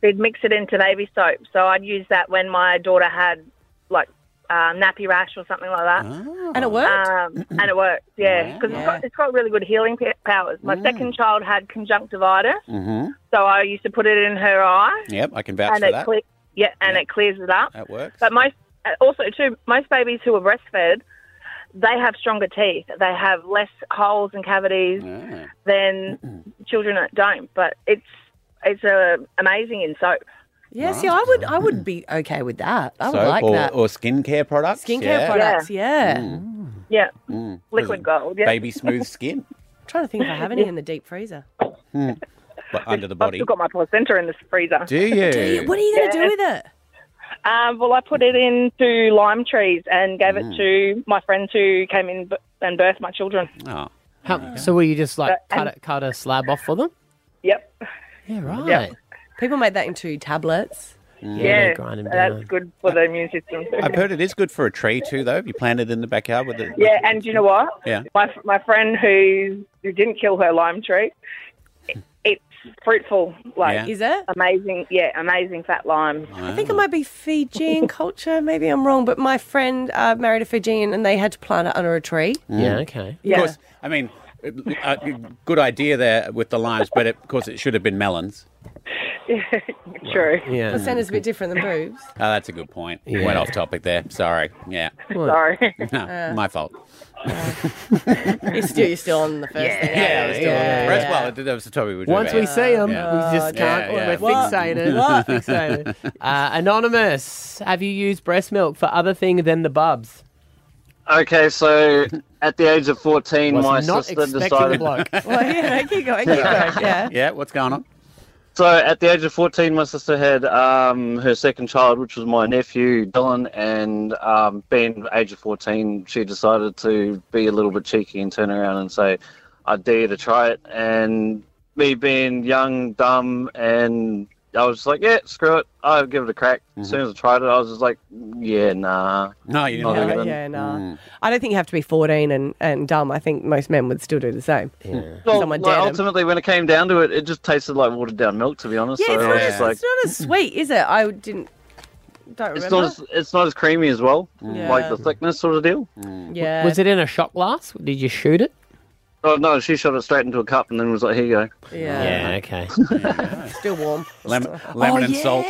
[SPEAKER 11] They'd mix it into baby soap, so I'd use that when my daughter had like uh, nappy rash or something like that.
[SPEAKER 5] Ah.
[SPEAKER 3] And it worked?
[SPEAKER 11] Um, and it worked, yeah,
[SPEAKER 3] Wow.
[SPEAKER 11] because it's,
[SPEAKER 3] Yeah.
[SPEAKER 11] got, it's got really good healing pa- powers. My
[SPEAKER 5] Mm.
[SPEAKER 11] second child had conjunctivitis,
[SPEAKER 5] Mm-hmm.
[SPEAKER 11] so I used to put it in her eye,
[SPEAKER 5] Yep, I can vouch
[SPEAKER 11] and
[SPEAKER 5] for
[SPEAKER 11] it
[SPEAKER 5] that.
[SPEAKER 11] cle- yeah, and it clears it up.
[SPEAKER 5] that works.
[SPEAKER 11] But most, uh, also too, most babies who are breastfed, they have stronger teeth. They have less holes and cavities than children that don't. But it's it's uh, amazing in soap.
[SPEAKER 3] Yeah, see, I would, I would be okay with that. I would
[SPEAKER 5] Soap
[SPEAKER 3] like
[SPEAKER 5] or,
[SPEAKER 3] that.
[SPEAKER 5] or skincare products.
[SPEAKER 3] Skincare
[SPEAKER 5] yeah.
[SPEAKER 3] products, yeah.
[SPEAKER 11] Yeah,
[SPEAKER 5] Mm.
[SPEAKER 11] liquid gold. Yeah.
[SPEAKER 5] Baby smooth skin Mm.
[SPEAKER 3] I'm trying to think if I have any in the deep freezer.
[SPEAKER 5] but under the
[SPEAKER 11] I've
[SPEAKER 5] body.
[SPEAKER 11] still got my placenta in the freezer.
[SPEAKER 5] Do you? Do you? What
[SPEAKER 3] are you
[SPEAKER 11] going to do with
[SPEAKER 3] it?
[SPEAKER 11] Um, well, I put it into lime trees and gave it to my friends who came in b- and birthed my children.
[SPEAKER 5] Oh.
[SPEAKER 2] How, so were you just
[SPEAKER 3] Uh,
[SPEAKER 2] like
[SPEAKER 11] But-
[SPEAKER 2] cut a, cut a slab off for them?
[SPEAKER 11] Yep.
[SPEAKER 2] Yeah, right.
[SPEAKER 3] People made that into tablets.
[SPEAKER 5] Mm.
[SPEAKER 11] Yeah, that's good for the immune system.
[SPEAKER 5] I've heard it is good for a tree too, though. If you plant it in the backyard with it.
[SPEAKER 11] Yeah, and you know what?
[SPEAKER 5] Yeah.
[SPEAKER 11] My my friend who who didn't kill her lime tree, it- it's fruitful. Like,
[SPEAKER 5] Yeah. Is
[SPEAKER 3] it
[SPEAKER 11] amazing? Yeah, amazing fat lime.
[SPEAKER 3] I think it might be Fijian culture. Maybe I'm wrong, but my friend uh, married a Fijian and they had to plant it under a tree.
[SPEAKER 2] Yeah, okay.
[SPEAKER 3] Yeah.
[SPEAKER 5] Mm. Of course, I mean, uh, good idea there with the limes, but it, of course it should have been melons.
[SPEAKER 11] (laughs) True.
[SPEAKER 5] Yeah.
[SPEAKER 3] Placenta's a bit different than boobs.
[SPEAKER 5] Oh, that's a good point. Went off topic there. Sorry. Yeah.
[SPEAKER 3] What? Sorry.
[SPEAKER 5] (laughs) no,
[SPEAKER 3] Uh,
[SPEAKER 5] my fault.
[SPEAKER 3] You're still, you're still on the first thing.
[SPEAKER 5] (laughs) Yeah, yeah, Breast- Well, it- that was the topic we were talking
[SPEAKER 2] Once we
[SPEAKER 5] about.
[SPEAKER 2] see them, we
[SPEAKER 5] Yeah.
[SPEAKER 2] just can't.
[SPEAKER 5] Yeah,
[SPEAKER 2] (laughs) We're
[SPEAKER 5] yeah.
[SPEAKER 2] fixated. fixated. (laughs) Uh, anonymous, have you used breast milk for other thing than the bubs?
[SPEAKER 13] Okay, so at the age of 14,
[SPEAKER 2] Was
[SPEAKER 13] my
[SPEAKER 2] not
[SPEAKER 13] sister
[SPEAKER 2] expecting
[SPEAKER 13] decided.
[SPEAKER 2] (laughs) a
[SPEAKER 13] (laughs)
[SPEAKER 2] bloke.
[SPEAKER 3] well, (laughs) yeah, keep going,
[SPEAKER 14] (laughs)
[SPEAKER 3] keep going.
[SPEAKER 11] (laughs)
[SPEAKER 3] Yeah.
[SPEAKER 5] Yeah, what's going on?
[SPEAKER 13] So at the age of 14, my sister had um, her second child, which was my nephew, Dylan, and um, being age of 14, she decided to be a little bit cheeky and turn around and say, I dare you to try it. And me being young, dumb, and I was just like, yeah, screw it. I'll give it a crack. As soon as I tried it, I was just like, yeah, nah.
[SPEAKER 5] Mm-hmm. No, you
[SPEAKER 3] Yeah, yeah, nah.
[SPEAKER 11] Mm.
[SPEAKER 5] Mm.
[SPEAKER 3] I don't think you have to be 14 and, and dumb. I think most men would still do the same.
[SPEAKER 13] Well,
[SPEAKER 3] Someone
[SPEAKER 13] like,
[SPEAKER 3] dared him.
[SPEAKER 13] ultimately, when it came down to it, it just tasted like watered down milk, to be honest.
[SPEAKER 3] Yeah,
[SPEAKER 13] so
[SPEAKER 3] it's
[SPEAKER 13] I
[SPEAKER 3] not,
[SPEAKER 13] was
[SPEAKER 3] as,
[SPEAKER 13] just like,
[SPEAKER 3] it's not as sweet, is it? I didn't Don't
[SPEAKER 13] It's
[SPEAKER 3] remember.
[SPEAKER 13] not as it's not as creamy as well,
[SPEAKER 3] Mm.
[SPEAKER 13] like the
[SPEAKER 3] Yeah.
[SPEAKER 13] thickness sort of deal.
[SPEAKER 2] Mm.
[SPEAKER 3] Yeah.
[SPEAKER 2] Was it in a shot glass? Did you shoot it?
[SPEAKER 13] Oh no, she shot it straight into a cup and then was like, "Here you go."
[SPEAKER 3] Yeah. Oh,
[SPEAKER 2] Yeah, okay.
[SPEAKER 3] Still warm.
[SPEAKER 5] Lemon,
[SPEAKER 3] Still-
[SPEAKER 5] lemon and
[SPEAKER 3] (laughs)
[SPEAKER 5] salt.
[SPEAKER 2] (sighs)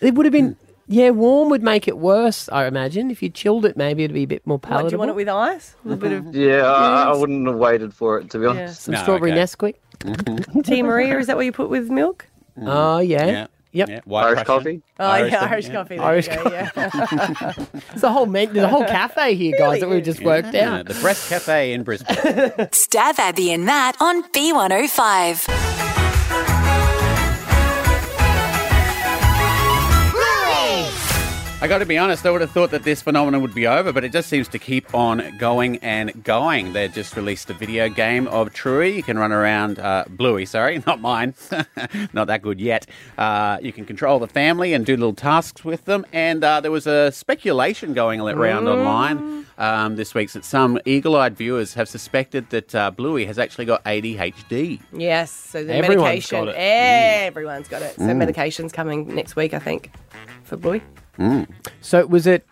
[SPEAKER 2] it would have been. Yeah, warm would make it worse, I imagine. If you chilled it, maybe it'd be a bit more
[SPEAKER 3] What,
[SPEAKER 2] palatable.
[SPEAKER 3] do you want it with ice? A little bit of
[SPEAKER 13] Yeah, I, I wouldn't have waited for it to be honest.
[SPEAKER 2] Some strawberry Nesquik.
[SPEAKER 3] tea Maria? Is that what you put with milk?
[SPEAKER 2] Oh, yeah.
[SPEAKER 3] Yeah.
[SPEAKER 2] Yep.
[SPEAKER 13] Irish coffee.
[SPEAKER 3] (laughs) Oh yeah, Irish coffee. there
[SPEAKER 2] Irish
[SPEAKER 3] you go,
[SPEAKER 2] coffee.
[SPEAKER 5] (laughs)
[SPEAKER 3] yeah.
[SPEAKER 2] (laughs) It's a whole menu, the whole cafe here, guys, that we've just worked
[SPEAKER 5] Yeah,
[SPEAKER 2] out.
[SPEAKER 5] the Breast Cafe in Brisbane.
[SPEAKER 1] Stab Abby and Matt on B105.
[SPEAKER 5] I got to be honest, I would have thought that this phenomenon would be over, but it just seems to keep on going and going. They just released a video game of Truey. You can run around, uh, Bluey, sorry, (laughs) not mine, not that good yet. Uh, you can control the family and do little tasks with them. And uh, there was a speculation going around online um, this week that some eagle eyed viewers have suspected that uh, Bluey has actually got ADHD.
[SPEAKER 3] yes. So the
[SPEAKER 5] Everyone's
[SPEAKER 3] medication.
[SPEAKER 5] got it.
[SPEAKER 3] Everyone's got it. So
[SPEAKER 5] Mm.
[SPEAKER 3] medication's coming next week, I think, for Bluey.
[SPEAKER 2] Hmm. So was it.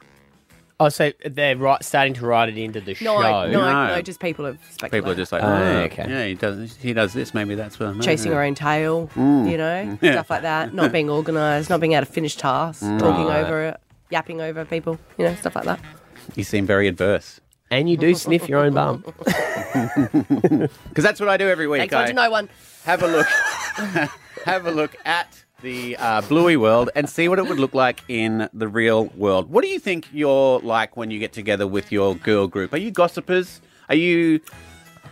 [SPEAKER 2] Oh, so they're right, starting to write it into the
[SPEAKER 3] No,
[SPEAKER 2] show.
[SPEAKER 3] no, no, Just people have speculated.
[SPEAKER 5] People are just like,
[SPEAKER 2] Oh,
[SPEAKER 5] oh,
[SPEAKER 2] okay.
[SPEAKER 5] yeah, he does, he does this, maybe that's what I'm uh,
[SPEAKER 3] chasing her own tail,
[SPEAKER 5] Mm.
[SPEAKER 3] you
[SPEAKER 5] (laughs)
[SPEAKER 3] know,
[SPEAKER 5] Yeah.
[SPEAKER 3] stuff like that, not being organised, not being able to finish tasks,
[SPEAKER 5] Mm.
[SPEAKER 3] talking
[SPEAKER 5] Right.
[SPEAKER 3] over it, yapping over people, you know, stuff like that.
[SPEAKER 5] You seem very adverse.
[SPEAKER 2] And you do sniff your own (laughs) bum.
[SPEAKER 5] Because that's what I do every week.
[SPEAKER 3] Thanks one
[SPEAKER 5] I
[SPEAKER 3] to no one.
[SPEAKER 5] Have a
[SPEAKER 3] (laughs)
[SPEAKER 5] look. have a look at the uh, Bluey world and see what it would look like in the real world. What do you think you're like when you get together with your girl group? Are you gossipers? Are you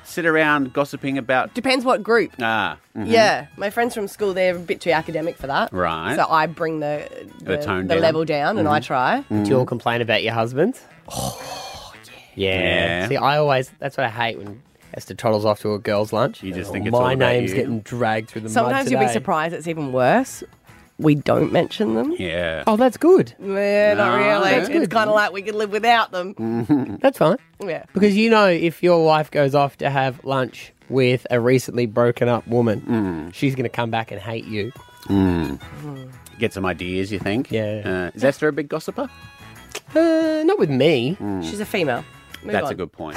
[SPEAKER 5] sit around gossiping about?
[SPEAKER 3] Depends what group.
[SPEAKER 5] Ah, mhm.
[SPEAKER 3] Yeah, my friends from school, they're a bit too academic for that.
[SPEAKER 5] Right.
[SPEAKER 3] So I bring the, the,
[SPEAKER 2] The tone
[SPEAKER 3] the
[SPEAKER 2] down.
[SPEAKER 3] level down and I
[SPEAKER 5] Mm-hmm.
[SPEAKER 2] Mhm.
[SPEAKER 3] try.
[SPEAKER 2] Do you all complain about your husband? Oh, yeah.
[SPEAKER 5] Yeah.
[SPEAKER 2] See, I always, that's what I hate when Esther toddles off to a girl's lunch. You
[SPEAKER 5] just think it's
[SPEAKER 2] My
[SPEAKER 5] all about
[SPEAKER 2] name's
[SPEAKER 5] you."
[SPEAKER 2] getting dragged through the mud
[SPEAKER 3] Sometimes you'll be
[SPEAKER 2] today."
[SPEAKER 3] surprised it's even worse. We don't mention them.
[SPEAKER 5] Yeah.
[SPEAKER 2] (laughs) Oh, that's good.
[SPEAKER 3] Yeah, not
[SPEAKER 2] No,
[SPEAKER 3] really.
[SPEAKER 2] that's
[SPEAKER 3] It's
[SPEAKER 2] good.
[SPEAKER 3] kind of like we could live without them.
[SPEAKER 2] That's fine.
[SPEAKER 3] Yeah.
[SPEAKER 2] Because you know, if your wife goes off to have lunch with a recently broken up woman, she's going to come back and hate you.
[SPEAKER 5] Mm.
[SPEAKER 2] Hmm.
[SPEAKER 5] Get some ideas, you think? Yeah. Uh, is Esther a big gossiper?
[SPEAKER 2] Uh, not with
[SPEAKER 3] (laughs)
[SPEAKER 2] me.
[SPEAKER 3] She's a female. Move
[SPEAKER 5] Mm. That's
[SPEAKER 3] on.
[SPEAKER 5] a good point.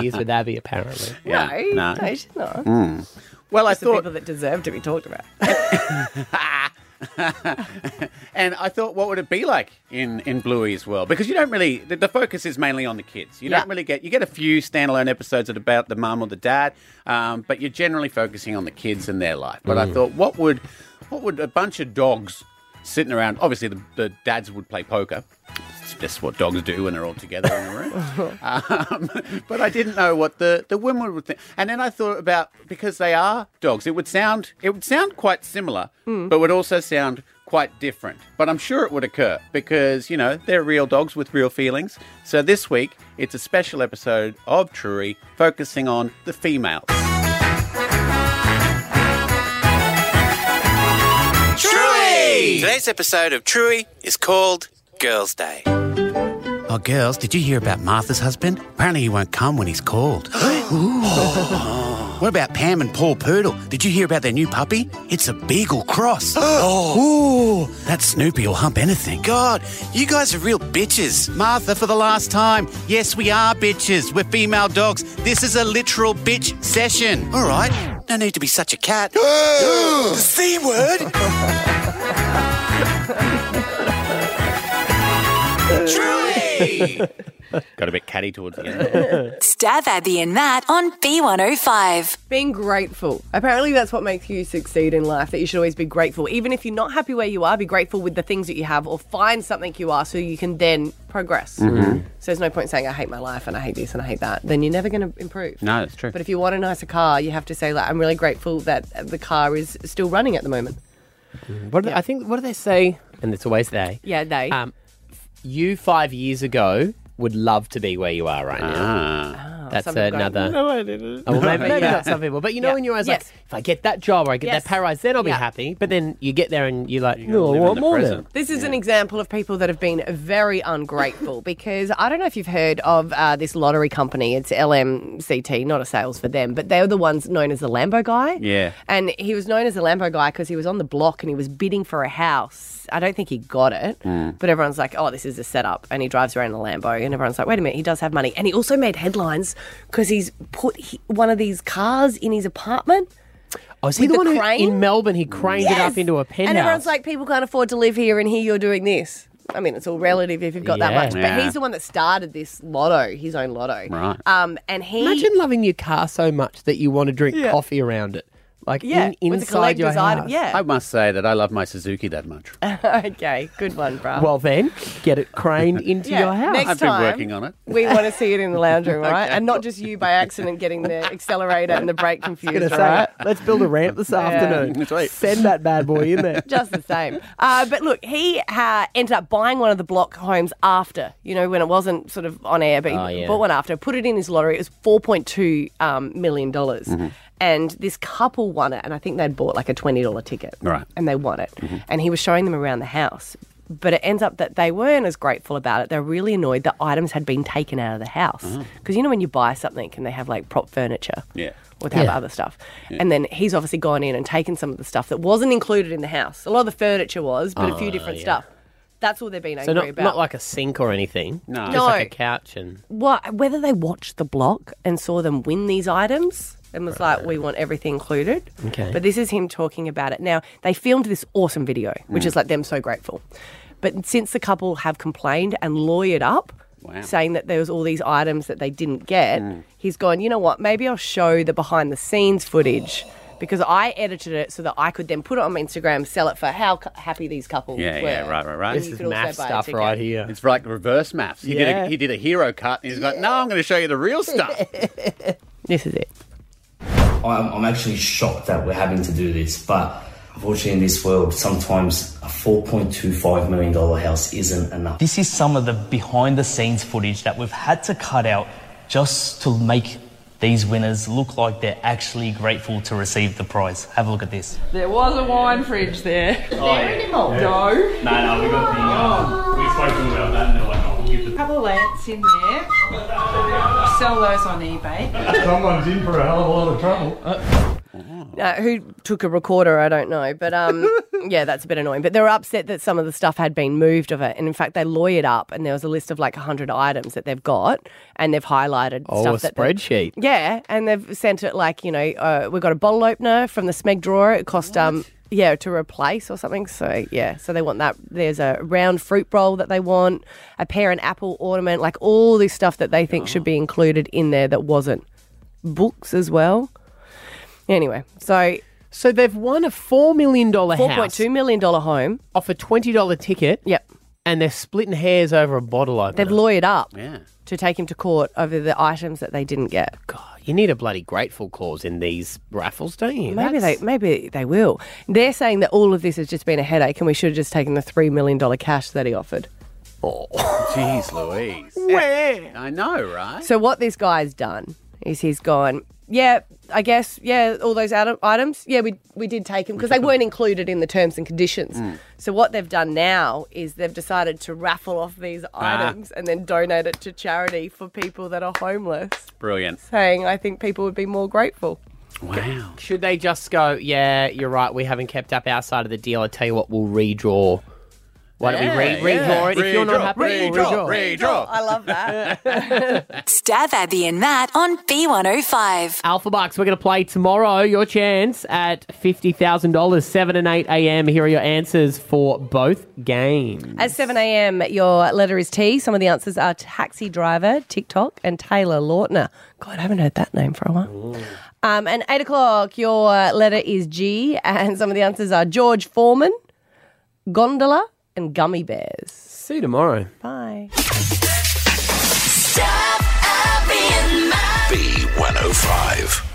[SPEAKER 2] she is with Abby, apparently.
[SPEAKER 3] No, no, she's not.
[SPEAKER 5] Mm. Well,
[SPEAKER 3] I thought the people that deserve to be talked about.
[SPEAKER 5] and I thought, what would it be like in in Bluey's world? Because you don't really the, the focus is mainly on the kids. You
[SPEAKER 3] Yeah.
[SPEAKER 5] don't really get you get a few standalone episodes that are about the mum or the dad, um, but you're generally focusing on the kids and their life. But I
[SPEAKER 2] Mm.
[SPEAKER 5] thought, what would what would a bunch of dogs sitting around? Obviously, the, the dads would play poker. It's just what dogs do when they're all together in a room um, (laughs) but I didn't know what the, the women would think. And then I thought about because they are dogs, it would sound it would sound quite similar, but would also sound quite different. But I'm sure it would occur because you know they're real dogs with real feelings. So this week it's a special episode of Truey focusing on the females.
[SPEAKER 15] Truey! Today's episode of Truey is called Girls' Day.
[SPEAKER 5] Oh, girls, did you hear about Martha's husband? Apparently, he won't come when he's called. (gasps) what about Pam and Paul Poodle? Did you hear about their new puppy? It's a beagle cross. (gasps) oh, that Snoopy will hump anything. God, you guys are real bitches. Martha, for the last time. Yes, we are bitches. We're female dogs. This is a literal bitch session. All right. No need to be such a (gasps) cat.
[SPEAKER 15] The C word!
[SPEAKER 5] (laughs) Got a bit catty towards the (laughs) end.
[SPEAKER 1] Stab Abby and Matt on B105.
[SPEAKER 3] Being grateful. Apparently, that's what makes you succeed in life, that you should always be grateful. Even if you're not happy where you are, be grateful with the things that you have or find something you are so you can then progress.
[SPEAKER 5] Mhm.
[SPEAKER 3] So there's no point saying, I hate my life and I hate this and I hate that. Then you're never going to improve.
[SPEAKER 5] No, it's true.
[SPEAKER 3] But if you want a nicer car, you have to say, like, I'm really grateful that the car is still running at the moment.
[SPEAKER 2] What do they- I think, what do they say? And it's always they.
[SPEAKER 3] Yeah, they.
[SPEAKER 15] Ah.
[SPEAKER 2] Um, you five years ago would love to be where you are right now. That's
[SPEAKER 3] some people go,
[SPEAKER 2] another.
[SPEAKER 3] "No, I didn't."
[SPEAKER 2] Oh, well, (laughs) maybe
[SPEAKER 3] Maybe
[SPEAKER 2] yeah,
[SPEAKER 3] not.
[SPEAKER 2] some people, but you know,
[SPEAKER 3] Yeah.
[SPEAKER 2] when you're always
[SPEAKER 3] Yes.
[SPEAKER 2] like, if I get that job or I get
[SPEAKER 3] Yes.
[SPEAKER 2] that pay rise, then I'll be
[SPEAKER 3] Yeah.
[SPEAKER 2] happy. But then you get there and you're like, no,
[SPEAKER 3] live
[SPEAKER 2] I
[SPEAKER 3] in
[SPEAKER 2] want
[SPEAKER 3] the
[SPEAKER 2] more. Now.
[SPEAKER 3] present. This is an example of people that have been very (laughs) ungrateful because I don't know if you've heard of uh, this lottery company. It's LMCT, not a sales for them, but they're the ones known as the Lambo guy.
[SPEAKER 5] Yeah.
[SPEAKER 3] And he was known as the Lambo guy because he was on the block and he was bidding for a house. I don't think he got it,
[SPEAKER 5] Mm.
[SPEAKER 3] but everyone's like, oh, this is a setup. And he drives around in a Lambo, and everyone's like, wait a minute, he does have money. And he also made headlines because he's put he- one of these cars in his apartment.
[SPEAKER 2] Oh, is he
[SPEAKER 3] With
[SPEAKER 2] the
[SPEAKER 3] the
[SPEAKER 2] one who,
[SPEAKER 3] crane?
[SPEAKER 2] in Melbourne he craned it
[SPEAKER 3] Yes!
[SPEAKER 2] up into a
[SPEAKER 3] And
[SPEAKER 2] penthouse?
[SPEAKER 3] everyone's like, people can't afford to live here, and here you're doing this. I mean, it's all relative if you've got that
[SPEAKER 2] Yeah.
[SPEAKER 3] much. But
[SPEAKER 2] Yeah.
[SPEAKER 3] he's the one that started this lotto, his own lotto.
[SPEAKER 2] Right.
[SPEAKER 3] Um, and he
[SPEAKER 2] Imagine loving your car so much that you want to drink
[SPEAKER 3] Yeah.
[SPEAKER 2] coffee around it, like
[SPEAKER 3] Yeah,
[SPEAKER 2] in,
[SPEAKER 3] with a
[SPEAKER 2] inside your
[SPEAKER 3] collector's item,
[SPEAKER 2] house.
[SPEAKER 3] yeah.
[SPEAKER 5] I must say that I love my Suzuki that much.
[SPEAKER 3] (laughs) okay, good one, bruv.
[SPEAKER 2] Well, then get it craned
[SPEAKER 3] (laughs)
[SPEAKER 2] into
[SPEAKER 3] Yeah,
[SPEAKER 2] your house.
[SPEAKER 3] next I've been time- working on it. we want to see it in the lounge
[SPEAKER 2] (laughs)
[SPEAKER 3] room, all right? And not just you by accident getting the accelerator and the brake confused,
[SPEAKER 2] Gonna
[SPEAKER 3] all
[SPEAKER 2] say,
[SPEAKER 3] right?
[SPEAKER 2] (laughs) Let's build a
[SPEAKER 3] (laughs)
[SPEAKER 2] ramp this afternoon. Send that bad boy in there.
[SPEAKER 3] Just the same. Uh, but look, he uh, ended up buying one of the block homes after, you know, when it wasn't sort of on air, but he
[SPEAKER 2] Oh, yeah.
[SPEAKER 3] bought one after, put it in his lottery. It was $4.2 um, million. dollars
[SPEAKER 2] Mhm.
[SPEAKER 3] And this couple won it, and I think they'd bought like a $20 ticket.
[SPEAKER 2] Right. Mm-hmm.
[SPEAKER 3] And they won it. And he was showing them around the house. But it ends up that they weren't as grateful about it. They were really annoyed that items had been taken out of the house.
[SPEAKER 2] Oh.
[SPEAKER 3] Because you know when you buy something and they have like prop furniture?
[SPEAKER 5] Yeah.
[SPEAKER 3] Or they have
[SPEAKER 2] Yeah.
[SPEAKER 3] other stuff.
[SPEAKER 2] Yeah.
[SPEAKER 3] And then he's obviously gone in and taken some of the stuff that wasn't included in the house. A lot of the furniture was, but a few
[SPEAKER 2] Ah,
[SPEAKER 3] different
[SPEAKER 2] yeah.
[SPEAKER 3] stuff. That's all they've been angry
[SPEAKER 2] So not,
[SPEAKER 3] about.
[SPEAKER 2] not like a sink or anything. No, just
[SPEAKER 3] No.
[SPEAKER 2] like a couch and
[SPEAKER 3] what, whether they watched the block and saw them win these items and was like, we want everything included.
[SPEAKER 2] Okay.
[SPEAKER 3] But this is him talking about it. Now, they filmed this awesome video, which
[SPEAKER 2] Mm.
[SPEAKER 3] is like them so grateful. But since the couple have complained and lawyered up,
[SPEAKER 2] Wow.
[SPEAKER 3] saying that there was all these items that they didn't get,
[SPEAKER 2] Mm.
[SPEAKER 3] he's gone, you know what, maybe I'll show the behind the scenes
[SPEAKER 5] (sighs)
[SPEAKER 3] footage because I edited it so that I could then put it on my Instagram, sell it for how cu- happy these couples
[SPEAKER 5] Yeah,
[SPEAKER 3] were.
[SPEAKER 5] yeah, right, right, right.
[SPEAKER 3] And you could also buy a ticket.
[SPEAKER 2] here.
[SPEAKER 5] It's like reverse maps. He did
[SPEAKER 3] Yeah.
[SPEAKER 5] a, he did a hero cut, and he's like, "No, I'm going to show you the
[SPEAKER 3] (laughs)
[SPEAKER 5] real stuff."
[SPEAKER 3] This is it.
[SPEAKER 16] I'm, I'm actually shocked that we're having to do this, but unfortunately, in this world, sometimes a $4.25 million house isn't enough.
[SPEAKER 14] This is some of the behind the scenes footage that we've had to cut out just to make these winners look like they're actually grateful to receive the prize. Have a look at this.
[SPEAKER 17] There was a wine fridge there.
[SPEAKER 14] No.
[SPEAKER 17] No.
[SPEAKER 14] No, no, we got the. Um, we spoke to them about that and they're like, oh, we'll give the.
[SPEAKER 17] Oh. couple of lamps in there. Sell those on eBay.
[SPEAKER 18] Someone's in for a hell of a lot of trouble.
[SPEAKER 3] Uh, who took a recorder, I don't know. But
[SPEAKER 2] (laughs)
[SPEAKER 3] um, yeah, that's a bit annoying. But they were upset that some of the stuff had been moved of it. And in fact, they lawyered up and there was a list of like 100 items that they've got and they've highlighted
[SPEAKER 2] oh,
[SPEAKER 3] stuff
[SPEAKER 2] a
[SPEAKER 3] that they-
[SPEAKER 2] spreadsheet.
[SPEAKER 3] yeah, and they've sent it like you know uh, we got a bottle opener from the Smeg drawer. It cost um yeah to replace or something. So yeah, so they want that. There's a round fruit roll that they want, a pear and apple ornament, like all this stuff that they think
[SPEAKER 2] Oh.
[SPEAKER 3] should be included in there that wasn't. Books as well. Anyway, so
[SPEAKER 2] so they've won a four million dollar
[SPEAKER 3] four point two million dollar home
[SPEAKER 2] off a twenty dollar ticket.
[SPEAKER 3] Yep,
[SPEAKER 2] and they're splitting hairs over a bottle opener.
[SPEAKER 3] they've lawyered up
[SPEAKER 2] Yeah.
[SPEAKER 3] to take him to court over the items that they didn't get.
[SPEAKER 2] You need a bloody grateful clause in these raffles, don't you?
[SPEAKER 3] Maybe
[SPEAKER 2] That's-
[SPEAKER 3] they maybe they will. They're saying that all of this has just been a headache, and we should have just taken the three million dollar cash that he offered.
[SPEAKER 2] (laughs)
[SPEAKER 5] Oh, jeez, Louise.
[SPEAKER 3] Where?
[SPEAKER 5] I know, right?
[SPEAKER 3] So what this guy's done is he's gone. Yeah, I guess. Yeah, all those atom- items. Yeah, we we did take them because they weren't included in the terms and conditions.
[SPEAKER 17] Mm.
[SPEAKER 3] So what they've done now is they've decided to raffle off these
[SPEAKER 5] Ah.
[SPEAKER 3] items and then donate it to charity for people that are homeless.
[SPEAKER 5] Brilliant.
[SPEAKER 3] Saying, I think people would be more grateful.
[SPEAKER 5] Wow.
[SPEAKER 2] Should they just go? Yeah, you're right. We haven't kept up our side of the deal. I tell you what, we'll redraw. Why don't we re- redraw it? If you're not happy, we'll redraw.
[SPEAKER 3] I love that.
[SPEAKER 1] Stab Abby and Matt on B105.
[SPEAKER 2] Alpha Bucks, we're going to play tomorrow. Your chance at $50,000, 7 and 8 a.m. Here are your answers for both games.
[SPEAKER 3] At 7 a.m., your letter is T. Some of the answers are taxi driver, TikTok, and Taylor Lautner. God, I haven't heard that name for a while. Um, and 8 o'clock, your letter is G, and some of the answers are George Foreman, Gondola, and Gummy Bears.
[SPEAKER 2] See you tomorrow.
[SPEAKER 3] Bye.
[SPEAKER 1] Stab Abby and Matt.
[SPEAKER 15] B105.